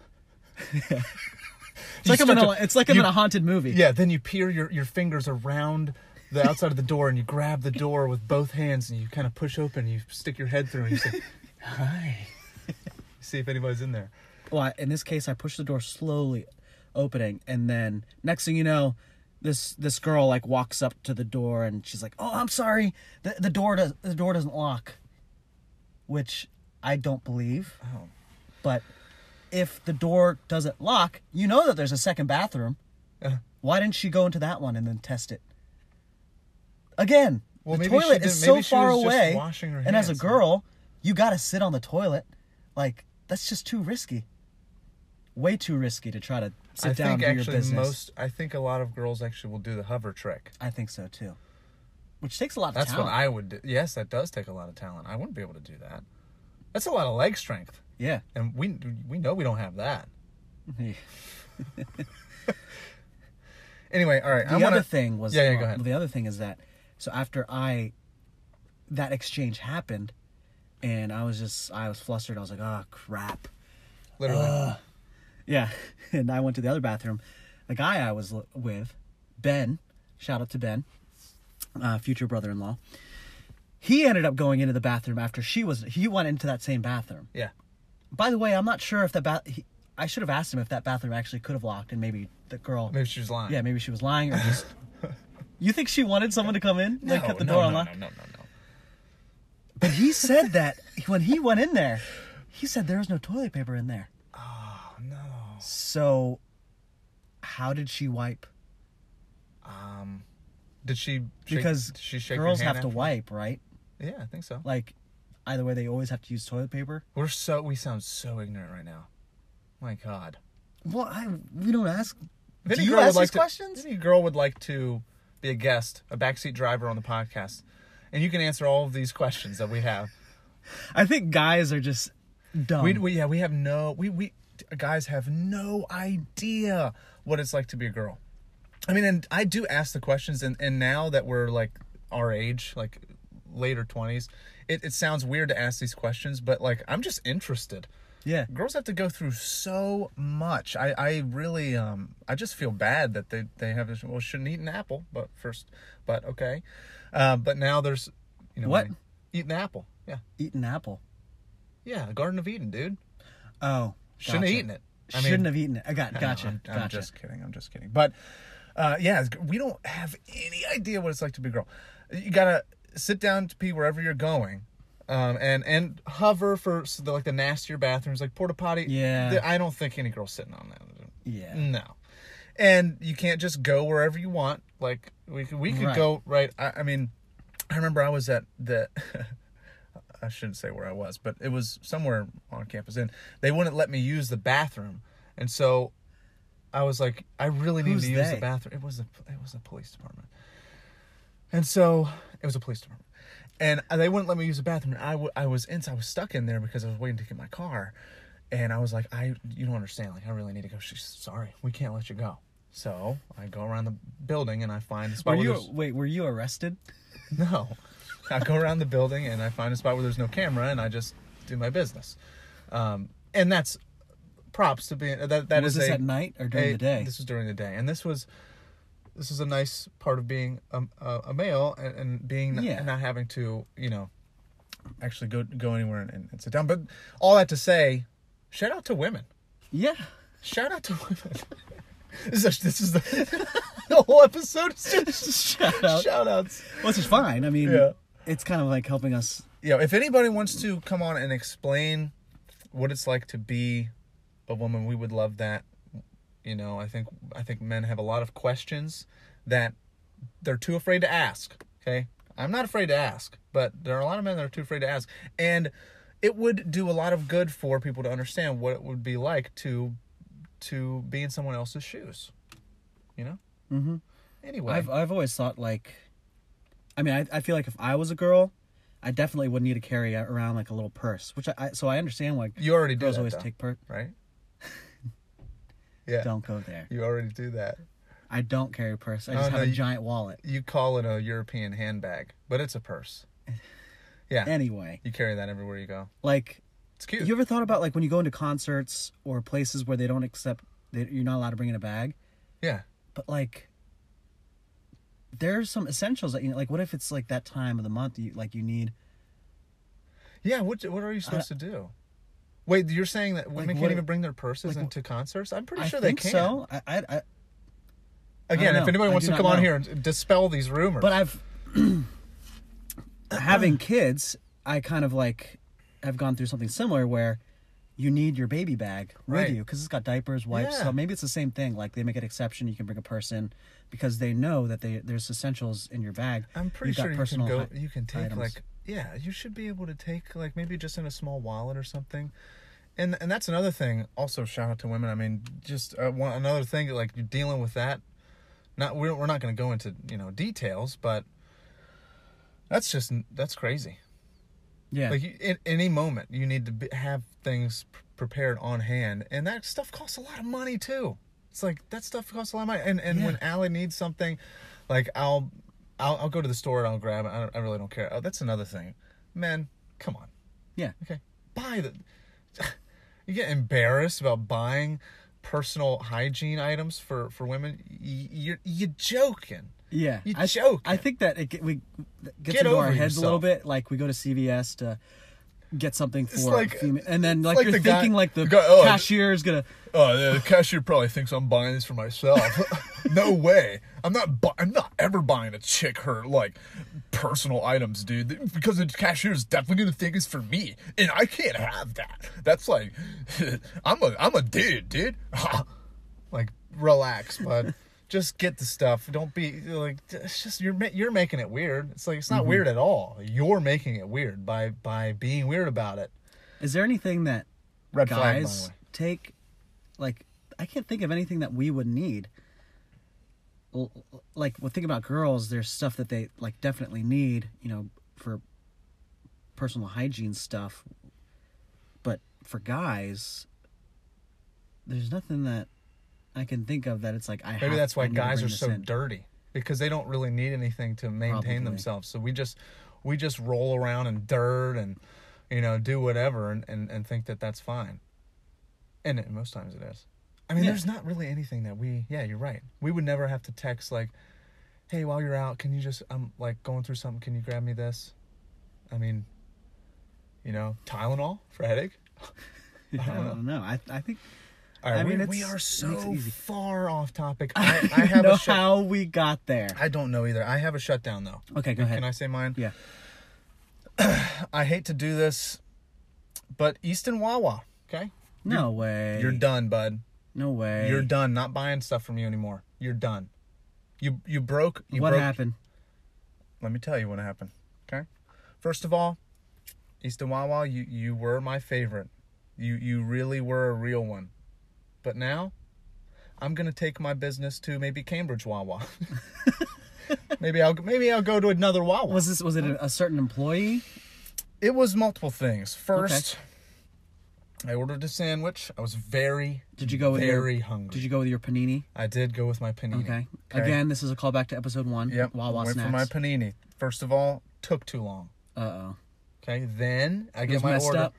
S1: it's,
S2: You
S1: like I'm in a,
S2: start to-
S1: it's like I'm
S2: you-
S1: in a haunted movie.
S2: Yeah. Then you peer your your fingers around the outside of the door, and you grab the door with both hands, and you kind of push open. You stick your head through, and you say, "Hi." See if anybody's in there.
S1: Well, I- in this case, I push the door slowly, opening, and then next thing you know, this this girl like walks up to the door and she's like, "Oh, I'm sorry, the the door does the door doesn't lock," which I don't believe.
S2: Oh.
S1: But if the door doesn't lock, you know that there's a second bathroom.
S2: Uh,
S1: Why didn't she go into that one and then test it? Again,
S2: Well,
S1: the
S2: maybe she
S1: toilet
S2: didn't-
S1: is so
S2: maybe she
S1: far
S2: was just
S1: away,
S2: washing her
S1: and as a
S2: hands.
S1: girl, you gotta sit on the toilet. Like that's just too risky. Way too risky to try to sit
S2: I
S1: down and
S2: think
S1: do your
S2: actually
S1: business.
S2: most. I think a lot of girls actually will do the hover trick.
S1: I think so too. Which takes a lot of
S2: That's
S1: talent.
S2: what I would. do. Yes, that does take a lot of talent. I wouldn't be able to do that. That's a lot of leg strength,
S1: yeah.
S2: and we we know we don't have that. Anyway, all right.
S1: the
S2: I wanna,
S1: other thing was
S2: Yeah, yeah, go ahead.
S1: the other thing is that so after I that exchange happened and I was just I was flustered. I was like, "Oh, crap."
S2: Literally.
S1: uh, Yeah. And I went to the other bathroom. The guy I was l- with, Ben, shout out to Ben, uh, future brother in law, he ended up going into the bathroom after she was, he went into that same bathroom.
S2: yeah.
S1: By the way, I'm not sure if that bath, he- I should have asked him if that bathroom actually could have locked and maybe the girl,
S2: Maybe she was lying.
S1: yeah, maybe she was lying or just. You think she wanted someone to come in?
S2: No,
S1: Like, cut the
S2: no,
S1: door
S2: no,
S1: unlocked?
S2: No, no, no, no.
S1: But he said that when he went in there, he said there was no toilet paper in there.
S2: Oh, no.
S1: So, how did she wipe?
S2: Um, did she? Shake,
S1: because
S2: did she shake your
S1: girls
S2: hand
S1: have to
S2: after?
S1: wipe, right?
S2: Yeah, I think so.
S1: Like, either way, they always have to use toilet paper.
S2: We're so we sound so ignorant right now. My God.
S1: Well, I we don't ask.
S2: If
S1: Do
S2: any
S1: you
S2: girl would
S1: ask
S2: like
S1: these
S2: to-
S1: questions?
S2: if Any girl would like to be a guest, a backseat driver on the podcast, and you can answer all of these questions that we have.
S1: I think guys are just dumb.
S2: We, we yeah, we have no we we guys have no idea what it's like to be a girl. I mean, and I do ask the questions, and and now that we're like our age, like later twenties, it it sounds weird to ask these questions, but like I'm just interested.
S1: yeah.
S2: Girls have to go through so much. I I really um I just feel bad that they they have this. Well, shouldn't eat an apple, but first, but okay, uh, but now there's you know
S1: What?
S2: like, eat an apple. Yeah,
S1: Eat an apple.
S2: yeah, Garden of Eden, dude.
S1: Oh.
S2: Shouldn't
S1: gotcha.
S2: have eaten it. I mean-
S1: Shouldn't have eaten it. I got gotcha.
S2: I'm, I'm
S1: gotcha.
S2: just kidding. I'm just kidding. But uh, yeah, it's- we don't have any idea what it's like to be a girl. You gotta sit down to pee wherever you're going, um, and and hover for s- the, like the nastier bathrooms, like porta potty.
S1: Yeah.
S2: th- I don't think any girl's sitting on that.
S1: Yeah.
S2: No, and you can't just go wherever you want. Like we could, we could
S1: Right.
S2: go right. I, I mean, I remember I was at the. I shouldn't say where I was, but it was somewhere on campus, and they wouldn't let me use the bathroom, and so I was like, I really need
S1: Who's
S2: to use
S1: they?
S2: the bathroom. It was the it was the police department, and so it was a police department, and they wouldn't let me use the bathroom. I wa- I was in, I was stuck in there because I was waiting to get my car, and I was like, I you don't understand. Like I really need to go. She's sorry, we can't let you go. So I go around the building and I find a spot.
S1: Were
S2: where
S1: you
S2: there's-
S1: wait? Were you arrested?
S2: no. I go around the building and I find a spot where there's no camera and I just do my business. Um, and that's props to being that that
S1: was
S2: is
S1: this
S2: a-
S1: at night or during
S2: a-
S1: the day?
S2: This was during the day, and this was this is a nice part of being a, a, a male and, and being
S1: Yeah.
S2: not having to you know actually go go anywhere and, and, and sit down. But all that to say, shout out to women.
S1: yeah.
S2: Shout out to women. this is this is the, the whole episode. Is just
S1: Shout out.
S2: shout outs.
S1: Which is fine. I mean,
S2: Yeah.
S1: it's kind of like helping us.
S2: you know, if anybody wants to come on and explain what it's like to be a woman, we would love that. You know, I think I think men have a lot of questions that they're too afraid to ask. Okay, I'm not afraid to ask, but there are a lot of men that are too afraid to ask, and it would do a lot of good for people to understand what it would be like to to be in someone else's shoes. You know.
S1: Mhm.
S2: Anyway,
S1: I've I've always thought like, I mean, I I feel like if I was a girl, I definitely would need to carry around like a little purse, which I, I so I understand why
S2: you already do
S1: girls
S2: that,
S1: always
S2: though,
S1: take purse.
S2: right. yeah,
S1: Don't go there.
S2: you already do that.
S1: I don't carry a purse. I just
S2: Oh,
S1: have
S2: no,
S1: a
S2: you-
S1: giant wallet.
S2: you call it a European handbag, but it's a purse. Yeah.
S1: Anyway,
S2: you carry that everywhere you go.
S1: like
S2: It's cute.
S1: you ever thought about like when you go into concerts or places where they don't accept that you're not allowed to bring in a bag,
S2: yeah.
S1: but like there's some essentials that you know, like what if it's like that time of the month you like you need
S2: Yeah, what what are you supposed to do? Wait, you're saying that women
S1: Uh, Like,
S2: can't
S1: what-
S2: even bring their purses
S1: like,
S2: into concerts? I'm pretty
S1: I
S2: sure
S1: think
S2: they can.
S1: so. I, I, I
S2: Again,
S1: I don't
S2: if
S1: know.
S2: anybody
S1: I
S2: wants
S1: do
S2: to
S1: not
S2: come on
S1: know.
S2: here and dispel these rumors.
S1: but I've having kids, I kind of like have gone through something similar where you need your baby bag with
S2: Right.
S1: you because it's got diapers, wipes.
S2: Yeah.
S1: So maybe it's the same thing. Like they make an exception, you can bring a person because they know that they there's essentials in your bag.
S2: I'm pretty
S1: You've got
S2: sure you can go.
S1: hi-
S2: You can take
S1: items.
S2: like yeah. You should be able to take like maybe just in a small wallet or something. And and that's another thing. Also, shout out to women. I mean, just uh, one another thing like you're dealing with that. Not we're we're not going to go into you know details, but that's just that's crazy.
S1: yeah,
S2: Like you, in any moment, you need to be, have things p- prepared on hand, and that stuff costs a lot of money too. It's like that stuff costs a lot of money, and and when Allie needs something, like I'll, I'll I'll go to the store and I'll grab it. I, don't, I really don't care. Oh, that's another thing, men. Come on,
S1: yeah.
S2: okay, buy the. you get embarrassed about buying personal hygiene items for for women. Y- You're you joking.
S1: Yeah,
S2: You
S1: I,
S2: joking.
S1: I think that it get, we that gets
S2: Get
S1: into our
S2: over
S1: heads a little
S2: yourself.
S1: bit. Like we go to CVS to get something for
S2: like-
S1: female, and then like,
S2: like
S1: you're
S2: the guy-
S1: thinking like the
S2: the guy- oh, I-
S1: cashier is gonna.
S2: Oh, the cashier probably thinks I'm buying this for myself. no way. I'm not. Bu- I'm not ever buying a chick her like personal items, dude. Because the cashier is definitely gonna think it's for me, and I can't have that. That's like, I'm a I'm a dude, dude. like, relax, bud. Just get the stuff. Don't be like. It's just you're ma- you're making it weird. It's like it's not weird at all. You're making it weird by by being weird about it.
S1: Is there anything that
S2: Red flag, by the
S1: guys
S2: way.
S1: take? Like I can't think of anything that we would need. L- l- Like when thinking about girls, there's stuff that they like definitely need. You know, for personal hygiene stuff. But for guys, there's nothing that I can think of that it's like I.
S2: Maybe
S1: have-
S2: that's why
S1: I'm gonna
S2: guys
S1: bring
S2: are
S1: this
S2: so
S1: in.
S2: dirty because they don't really need anything to maintain
S1: Probably.
S2: themselves. So we just we just roll around in dirt and you know do whatever and and, and think that that's fine. And it, most times it is. I mean,
S1: Yeah.
S2: there's not really anything that we. Yeah, you're right. We would never have to text like, "Hey, while you're out, can you just I'm like going through something. Can you grab me this?" I mean, you know, Tylenol for headache.
S1: I don't know. I I think
S2: All right,
S1: I mean,
S2: we,
S1: it's-
S2: we
S1: it
S2: are
S1: makes it
S2: so
S1: easy.
S2: far off topic.
S1: I,
S2: I, I have
S1: know
S2: a shut-
S1: how we got there.
S2: I don't know either. I have a shutdown though.
S1: Okay, go ahead.
S2: Can I say mine?
S1: Yeah.
S2: I hate to do this, but Easton Wawa. Okay.
S1: No way.
S2: You're done, bud.
S1: No way.
S2: You're done. Not buying stuff from you anymore. You're done. You you broke. You
S1: What
S2: broke.
S1: happened?
S2: Let me tell you what happened. Okay. First of all, Easton Wawa, you you were my favorite. You you really were a real one. But now, I'm gonna take my business to maybe Cambridge Wawa. maybe I'll maybe I'll go to another Wawa.
S1: Was this was it a, a certain employee?
S2: It was multiple things. First, I ordered a sandwich. I was very,
S1: Did you go with
S2: very
S1: your,
S2: hungry.
S1: Did you go with your panini?
S2: I did go with my panini.
S1: Okay. Again, this is a callback to episode one.
S2: Yep.
S1: Wawa
S2: Went
S1: snacks.
S2: for my panini. First of all, took too long.
S1: uh oh.
S2: Okay. Then I
S1: It
S2: get
S1: was
S2: my
S1: messed
S2: order.
S1: up.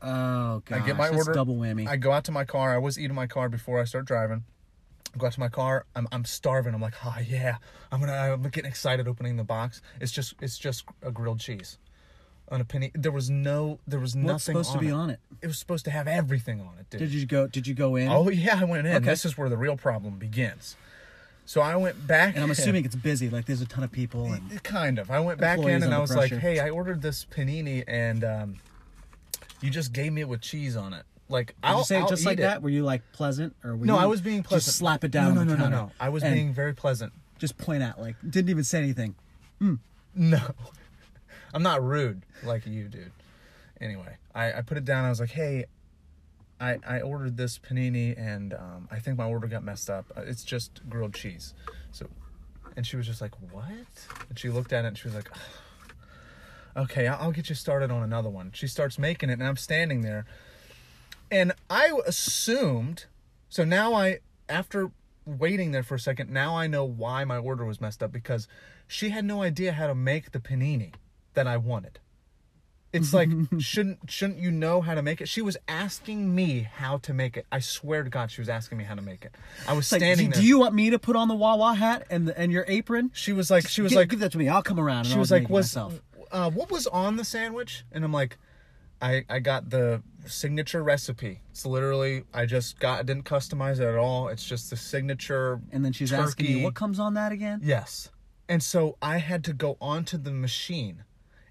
S1: Oh god.
S2: I get my
S1: that's
S2: order.
S1: Double whammy.
S2: I go out to my car. I was eating my car before I start driving. I go out to my car. I'm I'm starving. I'm like, oh yeah. I'm gonna. I'm getting excited opening the box. It's just it's just a grilled cheese, on a panini. There was no there was nothing
S1: Not supposed to be on it.
S2: It was supposed to have everything on it, dude.
S1: Did you go? Did you go in?
S2: Oh yeah, I went in.
S1: Okay.
S2: This is where the real problem begins. So I went back,
S1: and I'm assuming it's busy. Like there's a ton of people. And,
S2: kind of. I went back in
S1: Employees
S2: and I
S1: under
S2: was like,
S1: pressure.
S2: "Hey, I ordered this panini, and um, you just gave me it with cheese on it. Like,
S1: did
S2: I'll
S1: you say
S2: I'll
S1: it just
S2: eat
S1: like
S2: it."
S1: that? Were you like pleasant or were
S2: No,
S1: you
S2: I was being pleasant.
S1: Just slap it down.
S2: No,
S1: on
S2: no,
S1: the
S2: no, no,
S1: counter
S2: no. I was
S1: and
S2: being very pleasant.
S1: just point out like didn't even say anything.
S2: No. I'm not rude like you, dude. Anyway, I, I put it down. I was like, hey, I, I ordered this panini and um, I think my order got messed up. Uh, It's just grilled cheese. So, and she was just like, what? And she looked at it and she was like, okay, I- I'll get you started on another one. She starts making it and I'm standing there. And I assumed, so now I, after waiting there for a second, now I know why my order was messed up because she had no idea how to make the panini that I wanted. It's like shouldn't shouldn't you know how to make it? She was asking me how to make it. I swear to God, she was asking me how to make it. I was
S1: It's like,
S2: standing
S1: do,
S2: there.
S1: do you want me to put on the Wawa hat and the, and your apron?
S2: she was like, she was
S1: Give-
S2: like,
S1: give that to me. I'll come around. And
S2: she
S1: I'll
S2: was
S1: make
S2: like,
S1: it
S2: "Was
S1: myself.
S2: uh, what was on the sandwich?" And I'm like, "I I got the signature recipe. It's literally I just got I didn't customize it at all. It's just the signature."
S1: And then she's asking
S2: turkey.
S1: you, what comes on that again?
S2: Yes, and so I had to go onto the machine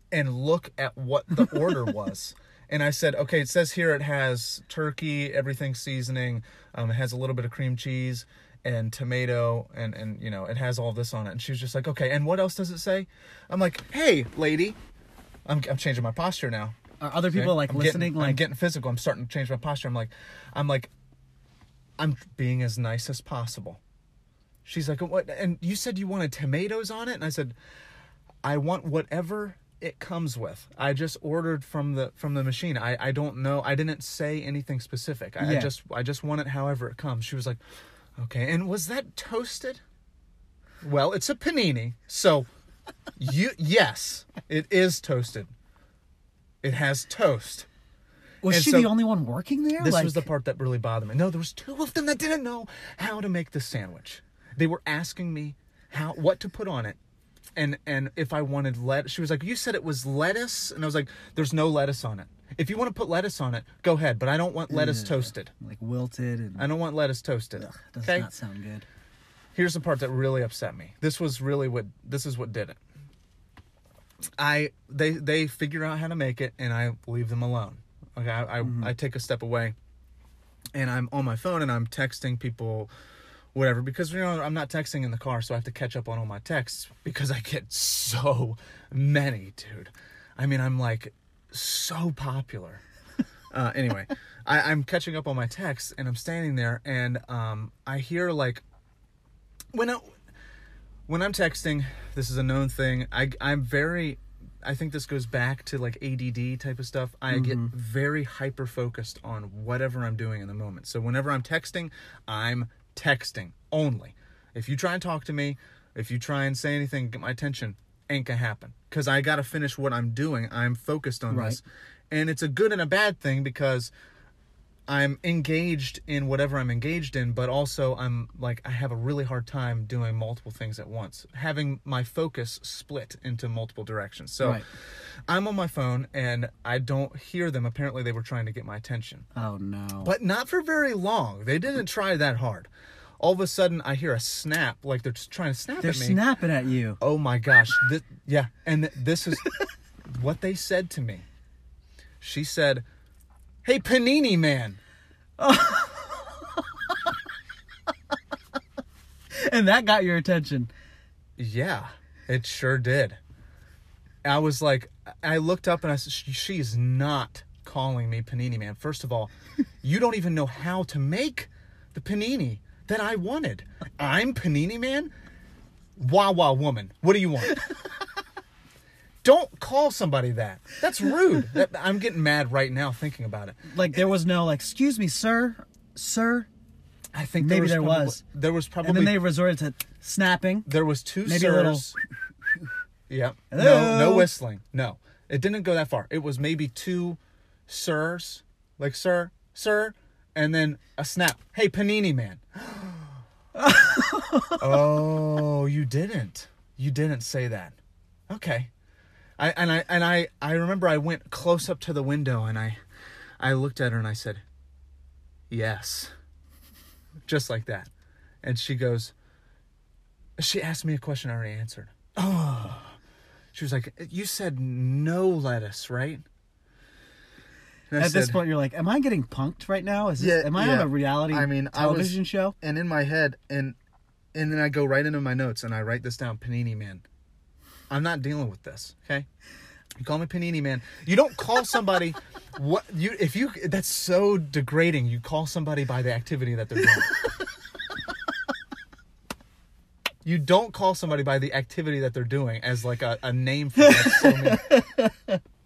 S2: and look at what the order was. And I said, okay, it says here it has turkey, everything seasoning, um, it has a little bit of cream cheese and tomato, and, and you know, it has all this on it. And she was just like, okay, and what else does it say? I'm like, hey, lady, I'm, I'm changing my posture now.
S1: Are other people like
S2: I'm
S1: listening?
S2: getting, I'm
S1: like,
S2: getting physical. I'm starting to change my posture. I'm like, I'm like, I'm being as nice as possible. She's like, what? And you said you wanted tomatoes on it, and I said, I want whatever it comes with. I just ordered from the from the machine. I I don't know. I didn't say anything specific. I, I
S1: Yeah.
S2: just I just want it however it comes. She was like, okay. And was that toasted? Well, it's a panini, so you yes, it is toasted. It has toast.
S1: was
S2: and
S1: she
S2: so-
S1: the only one working there?
S2: This
S1: like,
S2: was the part that really bothered me. No, there was two of them that didn't know how to make the sandwich. They were asking me how what to put on it. And and if I wanted let she was like, "You said it was lettuce." And I was like, "There's no lettuce on it. If you want to put lettuce on it, go ahead, but I don't want lettuce
S1: Mm.
S2: toasted.
S1: like wilted and
S2: I don't want lettuce toasted."
S1: does
S2: okay?
S1: not sound good.
S2: here's the part that really upset me. This was really what this is what did it. I they they figure out how to make it and I leave them alone. Okay, I I, I take a step away, and I'm on my phone and I'm texting people, whatever. Because you know I'm not texting in the car, so I have to catch up on all my texts because I get so many, dude. I mean, I'm like so popular. Uh, anyway, I, I'm catching up on my texts and I'm standing there and um, I hear like when I when I'm texting, this is a known thing. I I'm very I think this goes back to like ADD type of stuff. I get very hyper focused on whatever I'm doing in the moment. So whenever I'm texting, I'm texting only. If you try and talk to me, if you try and say anything, get my attention, ain't gonna happen. Cause I gotta finish what I'm doing. I'm focused on this. And it's a good and a bad thing because I'm engaged in whatever I'm engaged in, but also I'm like I have a really hard time doing multiple things at once, having my focus split into multiple directions. So
S1: Right.
S2: I'm on my phone and I don't hear them. Apparently, they were trying to get my attention,
S1: Oh no.
S2: but not for very long. They didn't try that hard. All of a sudden, I hear a snap, like they're just trying to snap
S1: They're
S2: at me.
S1: snapping at you.
S2: Oh my gosh. This, yeah. And th- this is what they said to me. She said, Hey, Panini Man.
S1: And that got your attention.
S2: Yeah, it sure did. I was like, I looked up and I said, "She- she is not calling me Panini Man. First of all, you don't even know how to make the panini that I wanted. I'm Panini Man? Wawa woman. What do you want? don't call somebody that. That's rude. That- I'm getting mad right now thinking about it.
S1: Like there was no like, excuse me, sir, sir.
S2: I think
S1: Maybe there
S2: probably-
S1: was.
S2: There was
S1: And
S2: probably
S1: then they resorted to snapping.
S2: There was two
S1: Maybe a little-
S2: sirs. yeah. No,
S1: Hello?
S2: no whistling. No, it didn't go that far. It was maybe two sirs, like sir, sir, and then a snap. Hey, panini man. oh, you didn't. You didn't say that. Okay. I and I and I I remember I went close up to the window and I I looked at her and I said, "Yes." Just like that. And she goes, she asked me a question I already answered. Oh. She was like, You said no lettuce, right? And I
S1: At this
S2: said,
S1: point, you're like, am I getting punked right now? Is this,
S2: Yeah,
S1: am I on
S2: yeah.
S1: a reality
S2: I mean, I was-
S1: television show?
S2: and in my head and and then I go right into my notes and I write this down, Panini Man. I'm not dealing with this, okay? You call me Panini Man. You don't call somebody what you if you that's so degrading. You call somebody by the activity that they're doing. you don't call somebody by the activity that they're doing as like a, a name for it. That's so mean.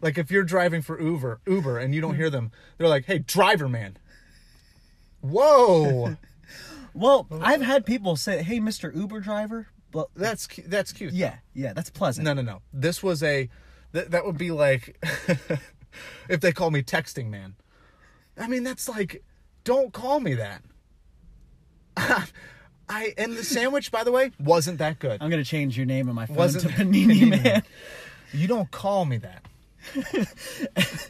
S2: like if you're driving for Uber, Uber and you don't hear them, they're like, "Hey, driver man." Whoa.
S1: Well, I've had people say, "Hey, Mr. Uber driver." Well,
S2: That's cu- that's cute.
S1: yeah, yeah, that's pleasant.
S2: No, no, no. This was a th- that would be like if they call me texting man. I mean, that's like don't call me that. I and the sandwich by the way wasn't that good.
S1: I'm gonna change your name on my phone
S2: Wasn't
S1: to Panini,
S2: Panini.
S1: Man.
S2: You don't call me that.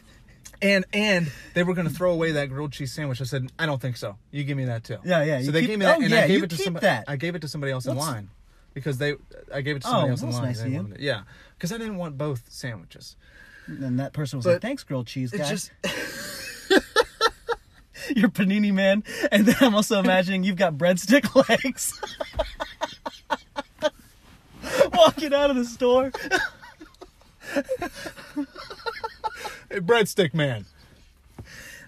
S2: and and they were going to throw away that grilled cheese sandwich. I said, "I don't think so. You give me that too."
S1: Yeah, yeah,
S2: So
S1: you
S2: they
S1: keep-
S2: gave me that
S1: oh,
S2: and
S1: yeah,
S2: I gave
S1: you
S2: it to
S1: keep
S2: somebody
S1: that.
S2: I gave it to somebody else in
S1: What's-
S2: line because they I gave it to somebody
S1: Oh,
S2: else in
S1: that's
S2: line.
S1: nice
S2: They
S1: of you.
S2: wanted it. Yeah. Cuz I didn't want both sandwiches.
S1: And that person was like,
S2: But
S1: "Thanks, grilled cheese
S2: It's
S1: guy.
S2: just
S1: You're Panini Man." And then I'm also imagining you've got breadstick legs. Walking out of the store.
S2: Hey, breadstick man.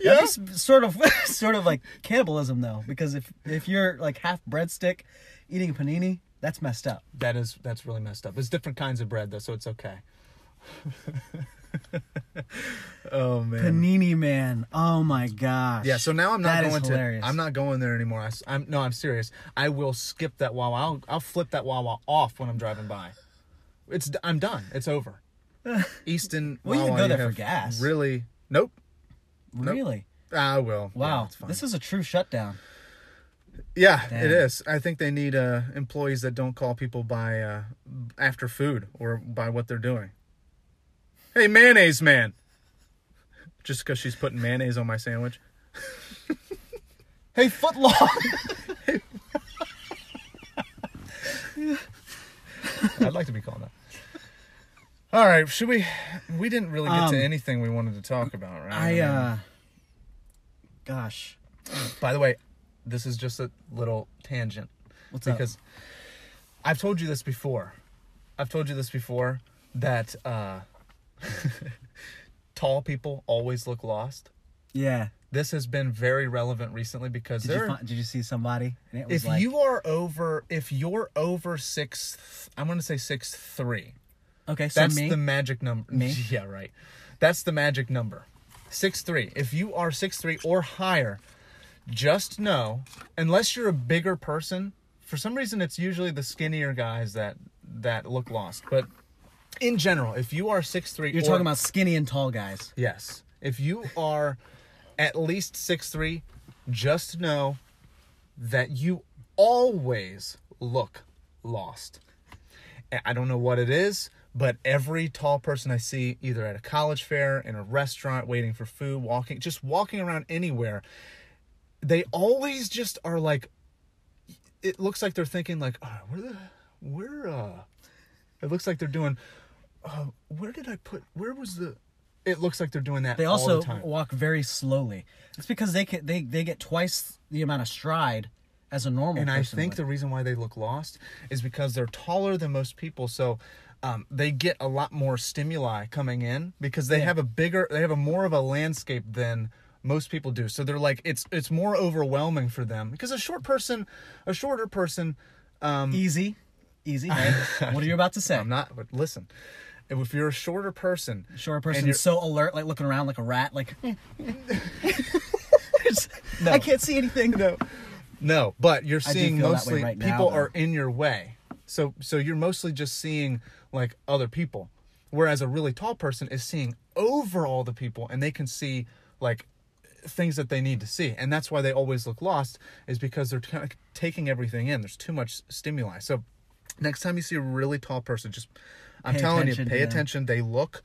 S1: That'd be s- sort of sort of like cannibalism though, because if if you're like half breadstick eating panini, that's messed up.
S2: That is that's really messed up. It's different kinds of bread though, so it's okay. oh man.
S1: Panini man. Oh my gosh.
S2: Yeah, so now I'm not
S1: That is
S2: going to.
S1: hilarious.
S2: I'm not going there anymore. I, am no, I'm serious. I will skip that Wawa. I'll I'll flip that Wawa off when I'm driving by. It's d- I'm done. It's over. Easton.
S1: Well, you can
S2: Wawa,
S1: go there for
S2: have
S1: gas.
S2: Really? Nope.
S1: really.
S2: I will.
S1: Wow.
S2: Yeah, it's fine.
S1: this is a true shutdown.
S2: Yeah,
S1: Dang.
S2: it is. I think they need uh, employees that don't call people by uh, after food or by what they're doing. Hey, mayonnaise man. Just because she's putting mayonnaise on my sandwich.
S1: Hey, footlong.
S2: I'd like to be called that. All right, should we? We didn't really get
S1: Um,
S2: to anything we wanted to talk about, right?
S1: I
S2: mean,
S1: uh gosh.
S2: by the way, this is just a little tangent
S1: What's up?
S2: because I've told you this before. I've told you this before that uh, tall people always look lost.
S1: Yeah.
S2: This has been very relevant recently because
S1: Did
S2: there.
S1: you find, did you see somebody? And it was
S2: if
S1: like
S2: you are over, if you're over six, I'm going to say six three,
S1: Okay, so
S2: That's
S1: me.
S2: the magic number.
S1: Me?
S2: Yeah, right. That's the magic number. Six three. If you are six three or higher, just know, unless you're a bigger person, for some reason it's usually the skinnier guys that that look lost. But in general, if you are six three,
S1: You're talking about skinny and tall guys.
S2: yes. If you are at least six three, just know that you always look lost. And I don't know what it is, but every tall person I see, either at a college fair, in a restaurant, waiting for food, walking, just walking around anywhere, they always just are like, it looks like they're thinking like, oh, where the, where, uh, it looks like they're doing, uh, where did I put, where was the, it looks like they're doing that.
S1: They
S2: all
S1: also
S2: the time.
S1: walk very slowly. It's because they can, they they get twice the amount of stride as a normal.
S2: and I
S1: person
S2: think
S1: would.
S2: the reason why they look lost is because they're taller than most people, so um, they get a lot more stimuli coming in because they have a bigger, they have a more of a landscape than most people do. So they're like, it's it's more overwhelming for them because a short person, a shorter person, um,
S1: easy, easy. Right? what are you about to say?
S2: I'm not. But listen, if you're a shorter person,
S1: Short
S2: and
S1: person
S2: you're-
S1: so alert, like looking around like a rat, like I can't see anything.
S2: no, no. But you're
S1: I do
S2: seeing
S1: feel that way
S2: mostly
S1: right now,
S2: people
S1: though.
S2: are in your way, so so you're mostly just seeing like other people, whereas a really tall person is seeing over all the people, and they can see like things that they need to see, and that's why they always look lost, is because they're kind of taking everything in. There's too much stimuli. So next time you see a really tall person, just I'm
S1: Pay
S2: telling you,
S1: attention to
S2: pay
S1: them.
S2: attention. They look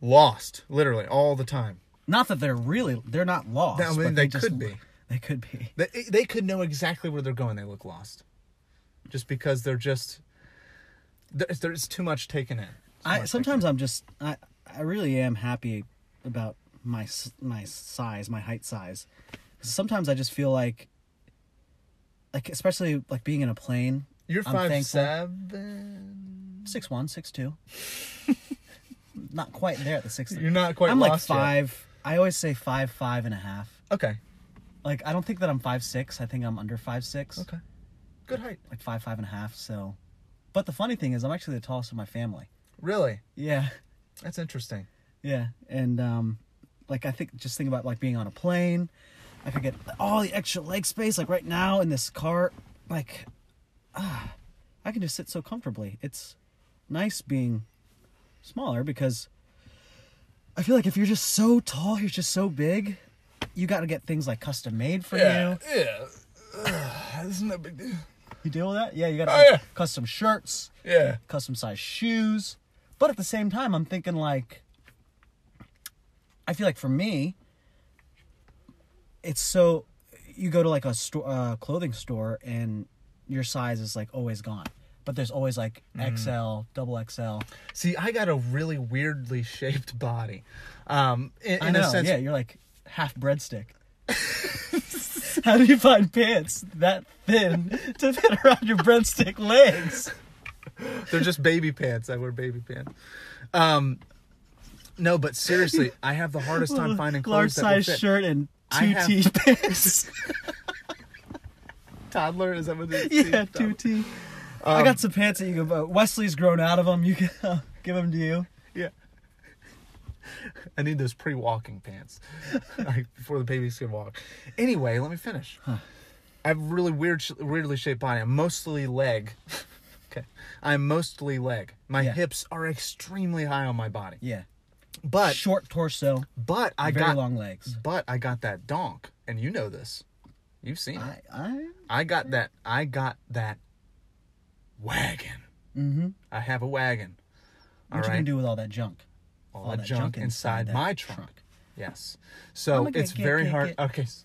S2: lost, literally all the time.
S1: Not that they're really they're not lost.
S2: I mean,
S1: but
S2: they
S1: just-
S2: could be.
S1: They could be.
S2: They, they could know exactly where they're going. They look lost, just because they're just there's, there's too much taken in.
S1: I sometimes I'm just I I really am happy about my s- my size, my height size. Sometimes I just feel like like especially like being in a plane.
S2: You're
S1: I'm
S2: five
S1: thankful.
S2: seven.
S1: Six one, six two. not quite there at the six.
S2: You're not quite
S1: I'm
S2: lost yet.
S1: like five. I always say five, five and a half.
S2: Okay.
S1: Like I don't think that I'm five six. I think I'm under five six.
S2: Okay. Good height.
S1: Like five, five and a half. So, but the funny thing is, I'm actually the tallest of my family.
S2: Really?
S1: Yeah.
S2: That's interesting.
S1: Yeah, and um, like I think just think about like being on a plane. I could get all the extra leg space. Like right now in this car, like ah, I can just sit so comfortably. It's nice being smaller because I feel like if you're just so tall, you're just so big. You got to get things like custom made for you.
S2: Yeah. Ugh, this is no big deal.
S1: You deal with that? Yeah, you got to
S2: Oh, yeah.
S1: custom shirts.
S2: Yeah.
S1: custom size shoes. But at the same time, I'm thinking like, I feel like for me, it's so you go to like a store, uh, clothing store, and your size is like always gone. But there's always like
S2: Mm-hmm.
S1: XL, double XL.
S2: See, I got a really weirdly shaped body. Um, in,
S1: I
S2: in
S1: know.
S2: a sense,
S1: yeah, you're like half breadstick. How do you find pants that thin to fit around your breadstick legs?
S2: They're just baby pants. I wear baby pants. Um, no, but seriously, I have the hardest time finding
S1: large
S2: clothes that will
S1: size
S2: fit.
S1: shirt and
S2: I
S1: two
S2: have-
S1: T pants.
S2: Toddler is that what it is?
S1: Yeah, two
S2: Toddler.
S1: T. I got some pants that you can. Uh, Wesley's grown out of them. You can uh, give them to you.
S2: Yeah. I need those pre-walking pants like, before the babies can walk. Anyway, let me finish. I have a really weird, sh- weirdly shaped body. I'm mostly leg. okay, I'm mostly leg. My
S1: Yeah.
S2: hips are extremely high on my body,
S1: Yeah.
S2: but
S1: Short torso,
S2: but I
S1: very
S2: got
S1: long legs.
S2: but I got that donk, and you know this. You've seen it.
S1: I, I,
S2: I got that. I got that wagon.
S1: mm-hmm.
S2: I have a wagon.
S1: What you gonna do with all that junk?
S2: All,
S1: all
S2: that,
S1: that
S2: junk,
S1: junk
S2: inside,
S1: inside that
S2: my trunk.
S1: trunk?
S2: Yes.
S1: I'm
S2: So
S1: gonna get-
S2: it's
S1: get-
S2: very
S1: get-
S2: hard.
S1: get-
S2: Okay. s-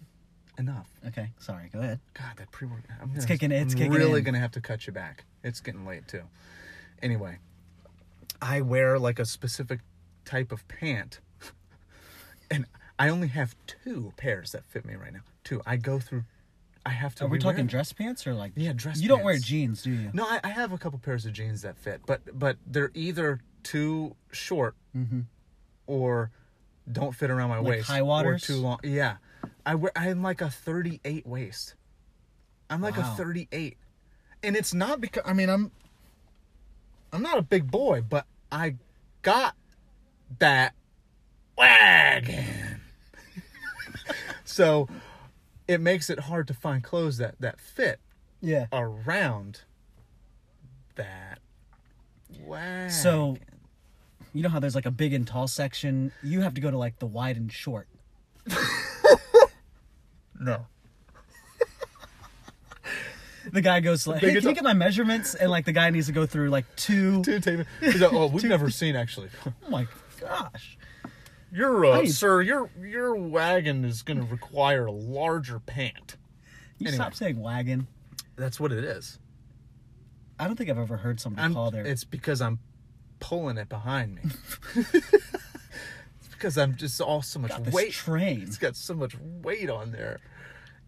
S2: Enough.
S1: Okay, sorry. Go ahead.
S2: God, that pre-work. I'm it's
S1: kicking- it's
S2: I'm
S1: kicking
S2: really
S1: in.
S2: gonna have to cut you back. It's getting late too. Anyway, I wear like a specific type of pant, and I only have two pairs that fit me right now. Two. I go through. I have to.
S1: Are we
S2: rewear
S1: talking
S2: them.
S1: dress pants or like?
S2: Yeah, dress
S1: You don't wear
S2: pants.
S1: jeans, do you?
S2: No, I, I have a couple pairs of jeans that fit, but but they're either too short or don't fit around my waist.
S1: Mm-hmm. high
S2: water
S1: waters?
S2: too long. Yeah, I wear. I'm like a 38 waist. I'm like
S1: Wow.
S2: a 38, and it's not because I mean I'm I'm not a big boy, but I got that wagon. so it makes it hard to find clothes that, that fit
S1: Yeah.
S2: around that wagon.
S1: So, you know how there's like a big and tall section? You have to go to like the wide and short.
S3: No.
S1: The guy goes like, "Hey,
S3: and
S1: can you
S3: tall-
S1: get my measurements?" And like the guy needs to go through like two.
S3: Dude, take it- He's like, oh, we've never seen actually.
S1: Oh my gosh.
S3: Your uh,
S1: Hey.
S3: sir, your your wagon is gonna require a larger pant.
S1: You
S3: Anyway.
S1: stop saying wagon.
S2: that's what it is.
S1: I don't think I've ever heard somebody
S2: I'm,
S1: call their
S2: it's because I'm pulling it behind me. it's because I'm just all so much
S1: got this
S2: weight.
S1: train.
S2: It's got so much weight on there.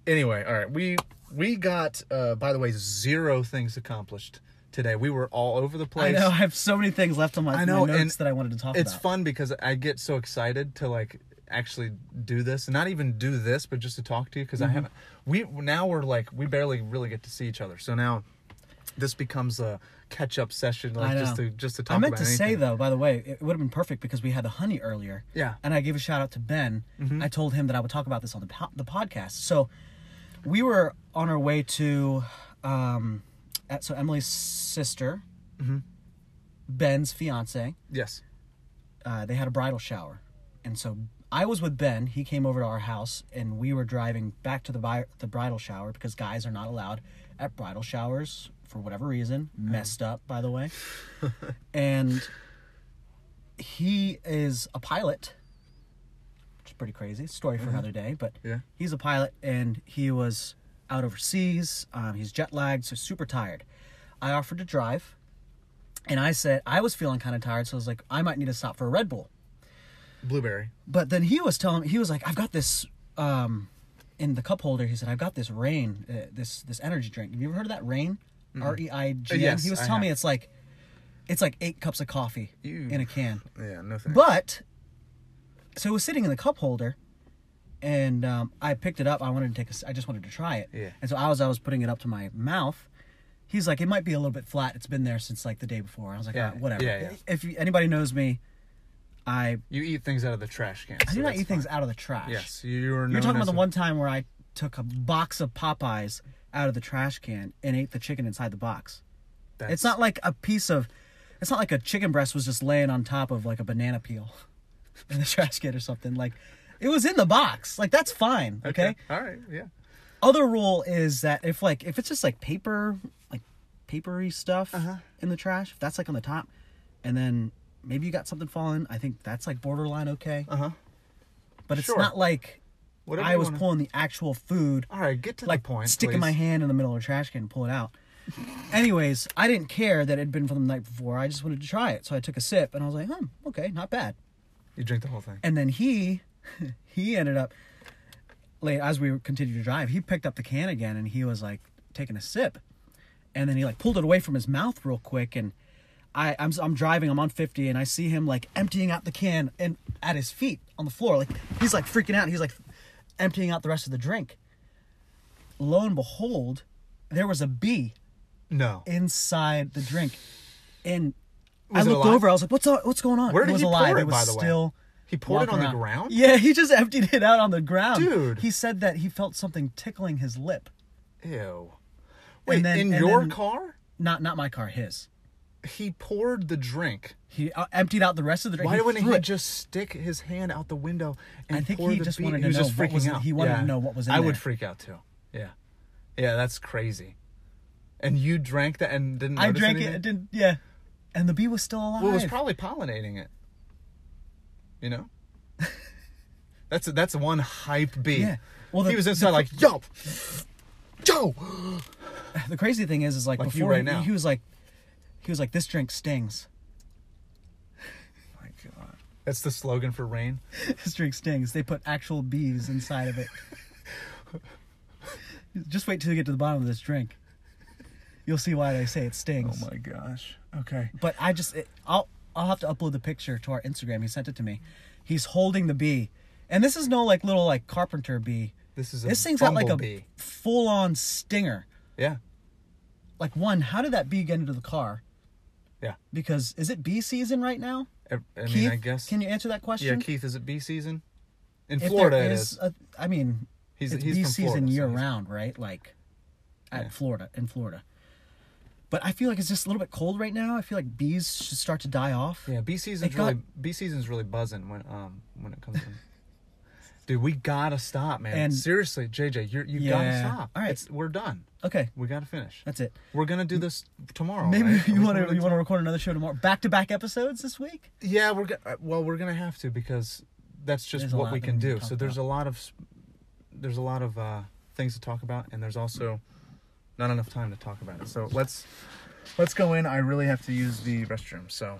S3: Anyway, all right, we we got uh, by the way zero things accomplished today. We were all over the
S1: I
S3: place.
S1: know I have so many things left on my,
S2: I know,
S1: my notes
S2: and
S1: that I wanted to talk
S2: It's
S1: about.
S2: fun because I get so excited to like actually do this, not even do this, but just to talk to you because
S1: Mm-hmm.
S2: I haven't. We now we're like we barely really get to see each other, so now this becomes a catch up session, like
S1: I know.
S2: just to just to talk.
S1: I meant
S2: about
S1: to say
S2: anything.
S1: though, by the way, it would have been perfect because we had the honey earlier.
S2: Yeah. Mm-hmm.
S1: And I gave a shout out to Ben. I told him that I would talk about this on the po- the podcast. So we were on our way to, um, at, so Emily's sister,
S2: Mm-hmm.
S1: Ben's fiance.
S2: Yes.
S1: Uh, they had a bridal shower, and so I was with Ben. He came over to our house, and we were driving back to the bi- the bridal shower because guys are not allowed at bridal showers for whatever reason. Messed up, by the way. and he is a pilot, which is pretty crazy. Story for another day, but
S2: Yeah.
S1: he's a pilot, and he was out overseas. Um, he's jet lagged, so super tired. I offered to drive. And I said, I was feeling kind of tired, so I was like, I might need to stop for a Red Bull.
S2: Blueberry.
S1: But then he was telling he was like, I've got this um, in the cup holder. He said, I've got this rain, uh, this this energy drink. Have you ever heard of that rain? R E I G
S2: Uh,
S1: N.
S2: yes,
S1: He was
S2: I
S1: telling me
S2: have.
S1: it's like, it's like eight cups of coffee
S2: Ew.
S1: in a can.
S2: Yeah. No thanks.
S1: But so it was sitting in the cup holder, and um, I picked it up. I wanted to take a s I just wanted to try it.
S2: Yeah.
S1: And so I was I was putting it up to my mouth. He's like, it might be a little bit flat. It's been there since like the day before. I was like,
S2: Yeah,
S1: "All right, whatever.
S2: yeah, yeah.
S1: If you- anybody knows me, I
S2: you eat things out of the trash can.
S1: I do not eat things out of the trash.
S2: Yes. You are.
S1: You're talking about the one time where I took a box of Popeyes out of the trash can and ate the chicken inside the box. It's not like a piece of, it's not like a chicken breast was just laying on top of like a banana peel in the trash can or something. Like, it was in the box. Like, that's fine. Okay.
S2: All right. Yeah.
S1: Other rule is that if like, if it's just like paper, like papery stuff
S2: Uh-huh.
S1: in the trash, if that's like on the top and then maybe you got something falling, I think that's like borderline okay. Uh huh. But it's
S2: Uh-huh. Sure.
S1: not like
S2: Whatever
S1: I
S2: you
S1: was
S2: wanna-
S1: pulling the actual food,
S2: All right. Get to
S1: like
S2: the point.
S1: sticking
S2: please.
S1: my hand in the middle of a trash can and pull it out. Anyways, I didn't care that it had been from the night before. I just wanted to try it, so I took a sip and I was like, "Hmm, okay, not bad."
S2: You drink the whole thing.
S1: And then he, he ended up late as we continued to drive. He picked up the can again and he was like taking a sip, and then he like pulled it away from his mouth real quick. And I, I'm I'm driving, I'm on fifty, and I see him like emptying out the can and at his feet on the floor, like he's like freaking out. He's like emptying out the rest of the drink. Lo and behold, there was a bee
S2: No.
S1: inside the drink, and
S2: Was
S1: I
S2: it
S1: looked
S2: alive?
S1: over. I was like, "What's on- what's going on?"
S2: Where
S1: it
S2: did
S1: was
S2: he
S1: alive.
S2: pour it,
S1: it was
S2: by the way?
S1: still
S2: He poured it
S1: walking
S2: on
S1: around.
S2: the ground?
S1: Yeah, he just emptied it out on the ground.
S2: Dude.
S1: he said that he felt something tickling his lip.
S2: Ew. Wait.
S1: then-
S2: in
S1: and
S2: your
S1: then-
S2: car,
S1: Not not my car, his.
S2: he poured the drink.
S1: He uh, emptied out the rest of the drink.
S2: Why
S1: he
S2: wouldn't
S1: threw
S2: he
S1: it.
S2: just stick his hand out the window and
S1: I think
S2: pour
S1: he
S2: the
S1: just
S2: beer?
S1: wanted
S2: he
S1: to
S2: was
S1: know
S2: just
S1: what
S2: freaking
S1: was-
S2: out.
S1: he wanted to
S2: Yeah.
S1: know what was in
S2: I
S1: there.
S2: would freak out too. Yeah, yeah, that's crazy. And you drank that and didn't.
S1: I
S2: notice
S1: drank
S2: anything?
S1: it. It didn't. Yeah, and the bee was still alive.
S2: Well, it was probably pollinating it. You know. That's that's one hype bee.
S1: Yeah. Well,
S2: he
S1: the- Oh
S2: was
S1: the-
S2: inside like yo, yo.
S1: the crazy thing is, is like,
S2: Like you
S1: before
S2: right
S1: he,
S2: now.
S1: he was like, he was like, this drink stings.
S2: My God, that's the slogan for rain.
S1: this drink stings. They put actual bees inside of it. just wait till you get to the bottom of this drink. You'll see why they say it stings.
S3: my gosh. Okay.
S1: But I just, it, I'll, I'll have to upload the picture to our Instagram. He sent it to me. He's holding the bee, and this is no like little like carpenter bee.
S2: This is a
S1: This thing's got like a
S2: bumblebee.
S1: full on stinger.
S2: Yeah.
S1: Like one, how did that bee get into the car?
S2: Yeah.
S1: Because is it bee season right now?
S2: I, I mean,
S1: Keith,
S2: I guess.
S1: Can you answer that
S2: yeah,
S1: question?
S2: Keith, is it bee season? In
S1: If
S2: Florida,
S1: there
S2: it
S1: is
S2: is.
S1: a- I mean,
S2: He's-
S1: it's
S2: he's
S1: bee
S2: from
S1: season
S2: Florida, so
S1: year
S2: he's-
S1: round, right? Like, at Florida in Florida. But I feel like it's just a little bit cold right now. I feel like bees should start to die off.
S2: Yeah, bee season's
S1: It got-
S2: really bee season's really buzzing when um when it comes. in. Dude, we gotta stop, man.
S1: And-
S2: Seriously, JJ, you're, you gotta
S1: Yeah.
S2: stop.
S1: All right.
S2: it's, we're done.
S1: Okay,
S2: We gotta finish.
S1: that's it.
S2: We're gonna do this tomorrow.
S1: Maybe
S2: right? Are
S1: you
S2: we
S1: want
S2: gonna
S1: to
S2: do
S1: you want to record another show tomorrow. Back to back episodes this week.
S2: Yeah, we're gonna. Well, we're gonna have to because that's just
S1: There's a
S2: what
S1: lot
S2: we
S1: that
S2: can
S1: we can
S2: do.
S1: talk
S2: So there's a lot of s- there's a lot of uh, things to talk about, and there's also not enough time to talk about it. So let's let's go in. I really have to use the restroom. So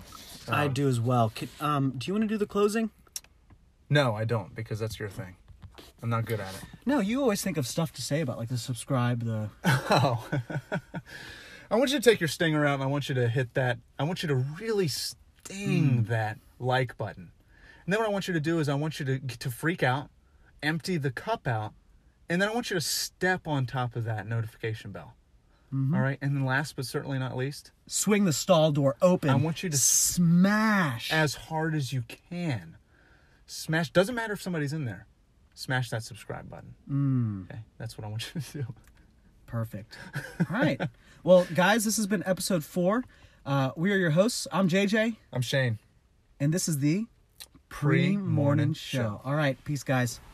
S1: I do as well. Can, um, do you want to do the closing?
S2: no, I don't because that's your thing. I'm not good at it.
S1: No, you always think of stuff to say about like the subscribe, the
S2: Oh. I want you to take your stinger out and I want you to hit that. I want you to really sting that like button. And then what I want you to do is I want you to to freak out, empty the cup out, and then I want you to step on top of that notification bell. All right? And then last but certainly not least,
S1: swing the stall door open.
S2: I want you to-
S1: smash.
S2: as hard as you can, smash doesn't matter if somebody's in there. Smash that subscribe button. Okay? That's what I want you to do.
S1: Perfect. All right. Well, guys, this has been episode four. Uh, we are your hosts. I'm JJ,
S2: I'm Shane.
S1: and this is the
S2: Pre-morning show.
S1: All right. Peace, guys.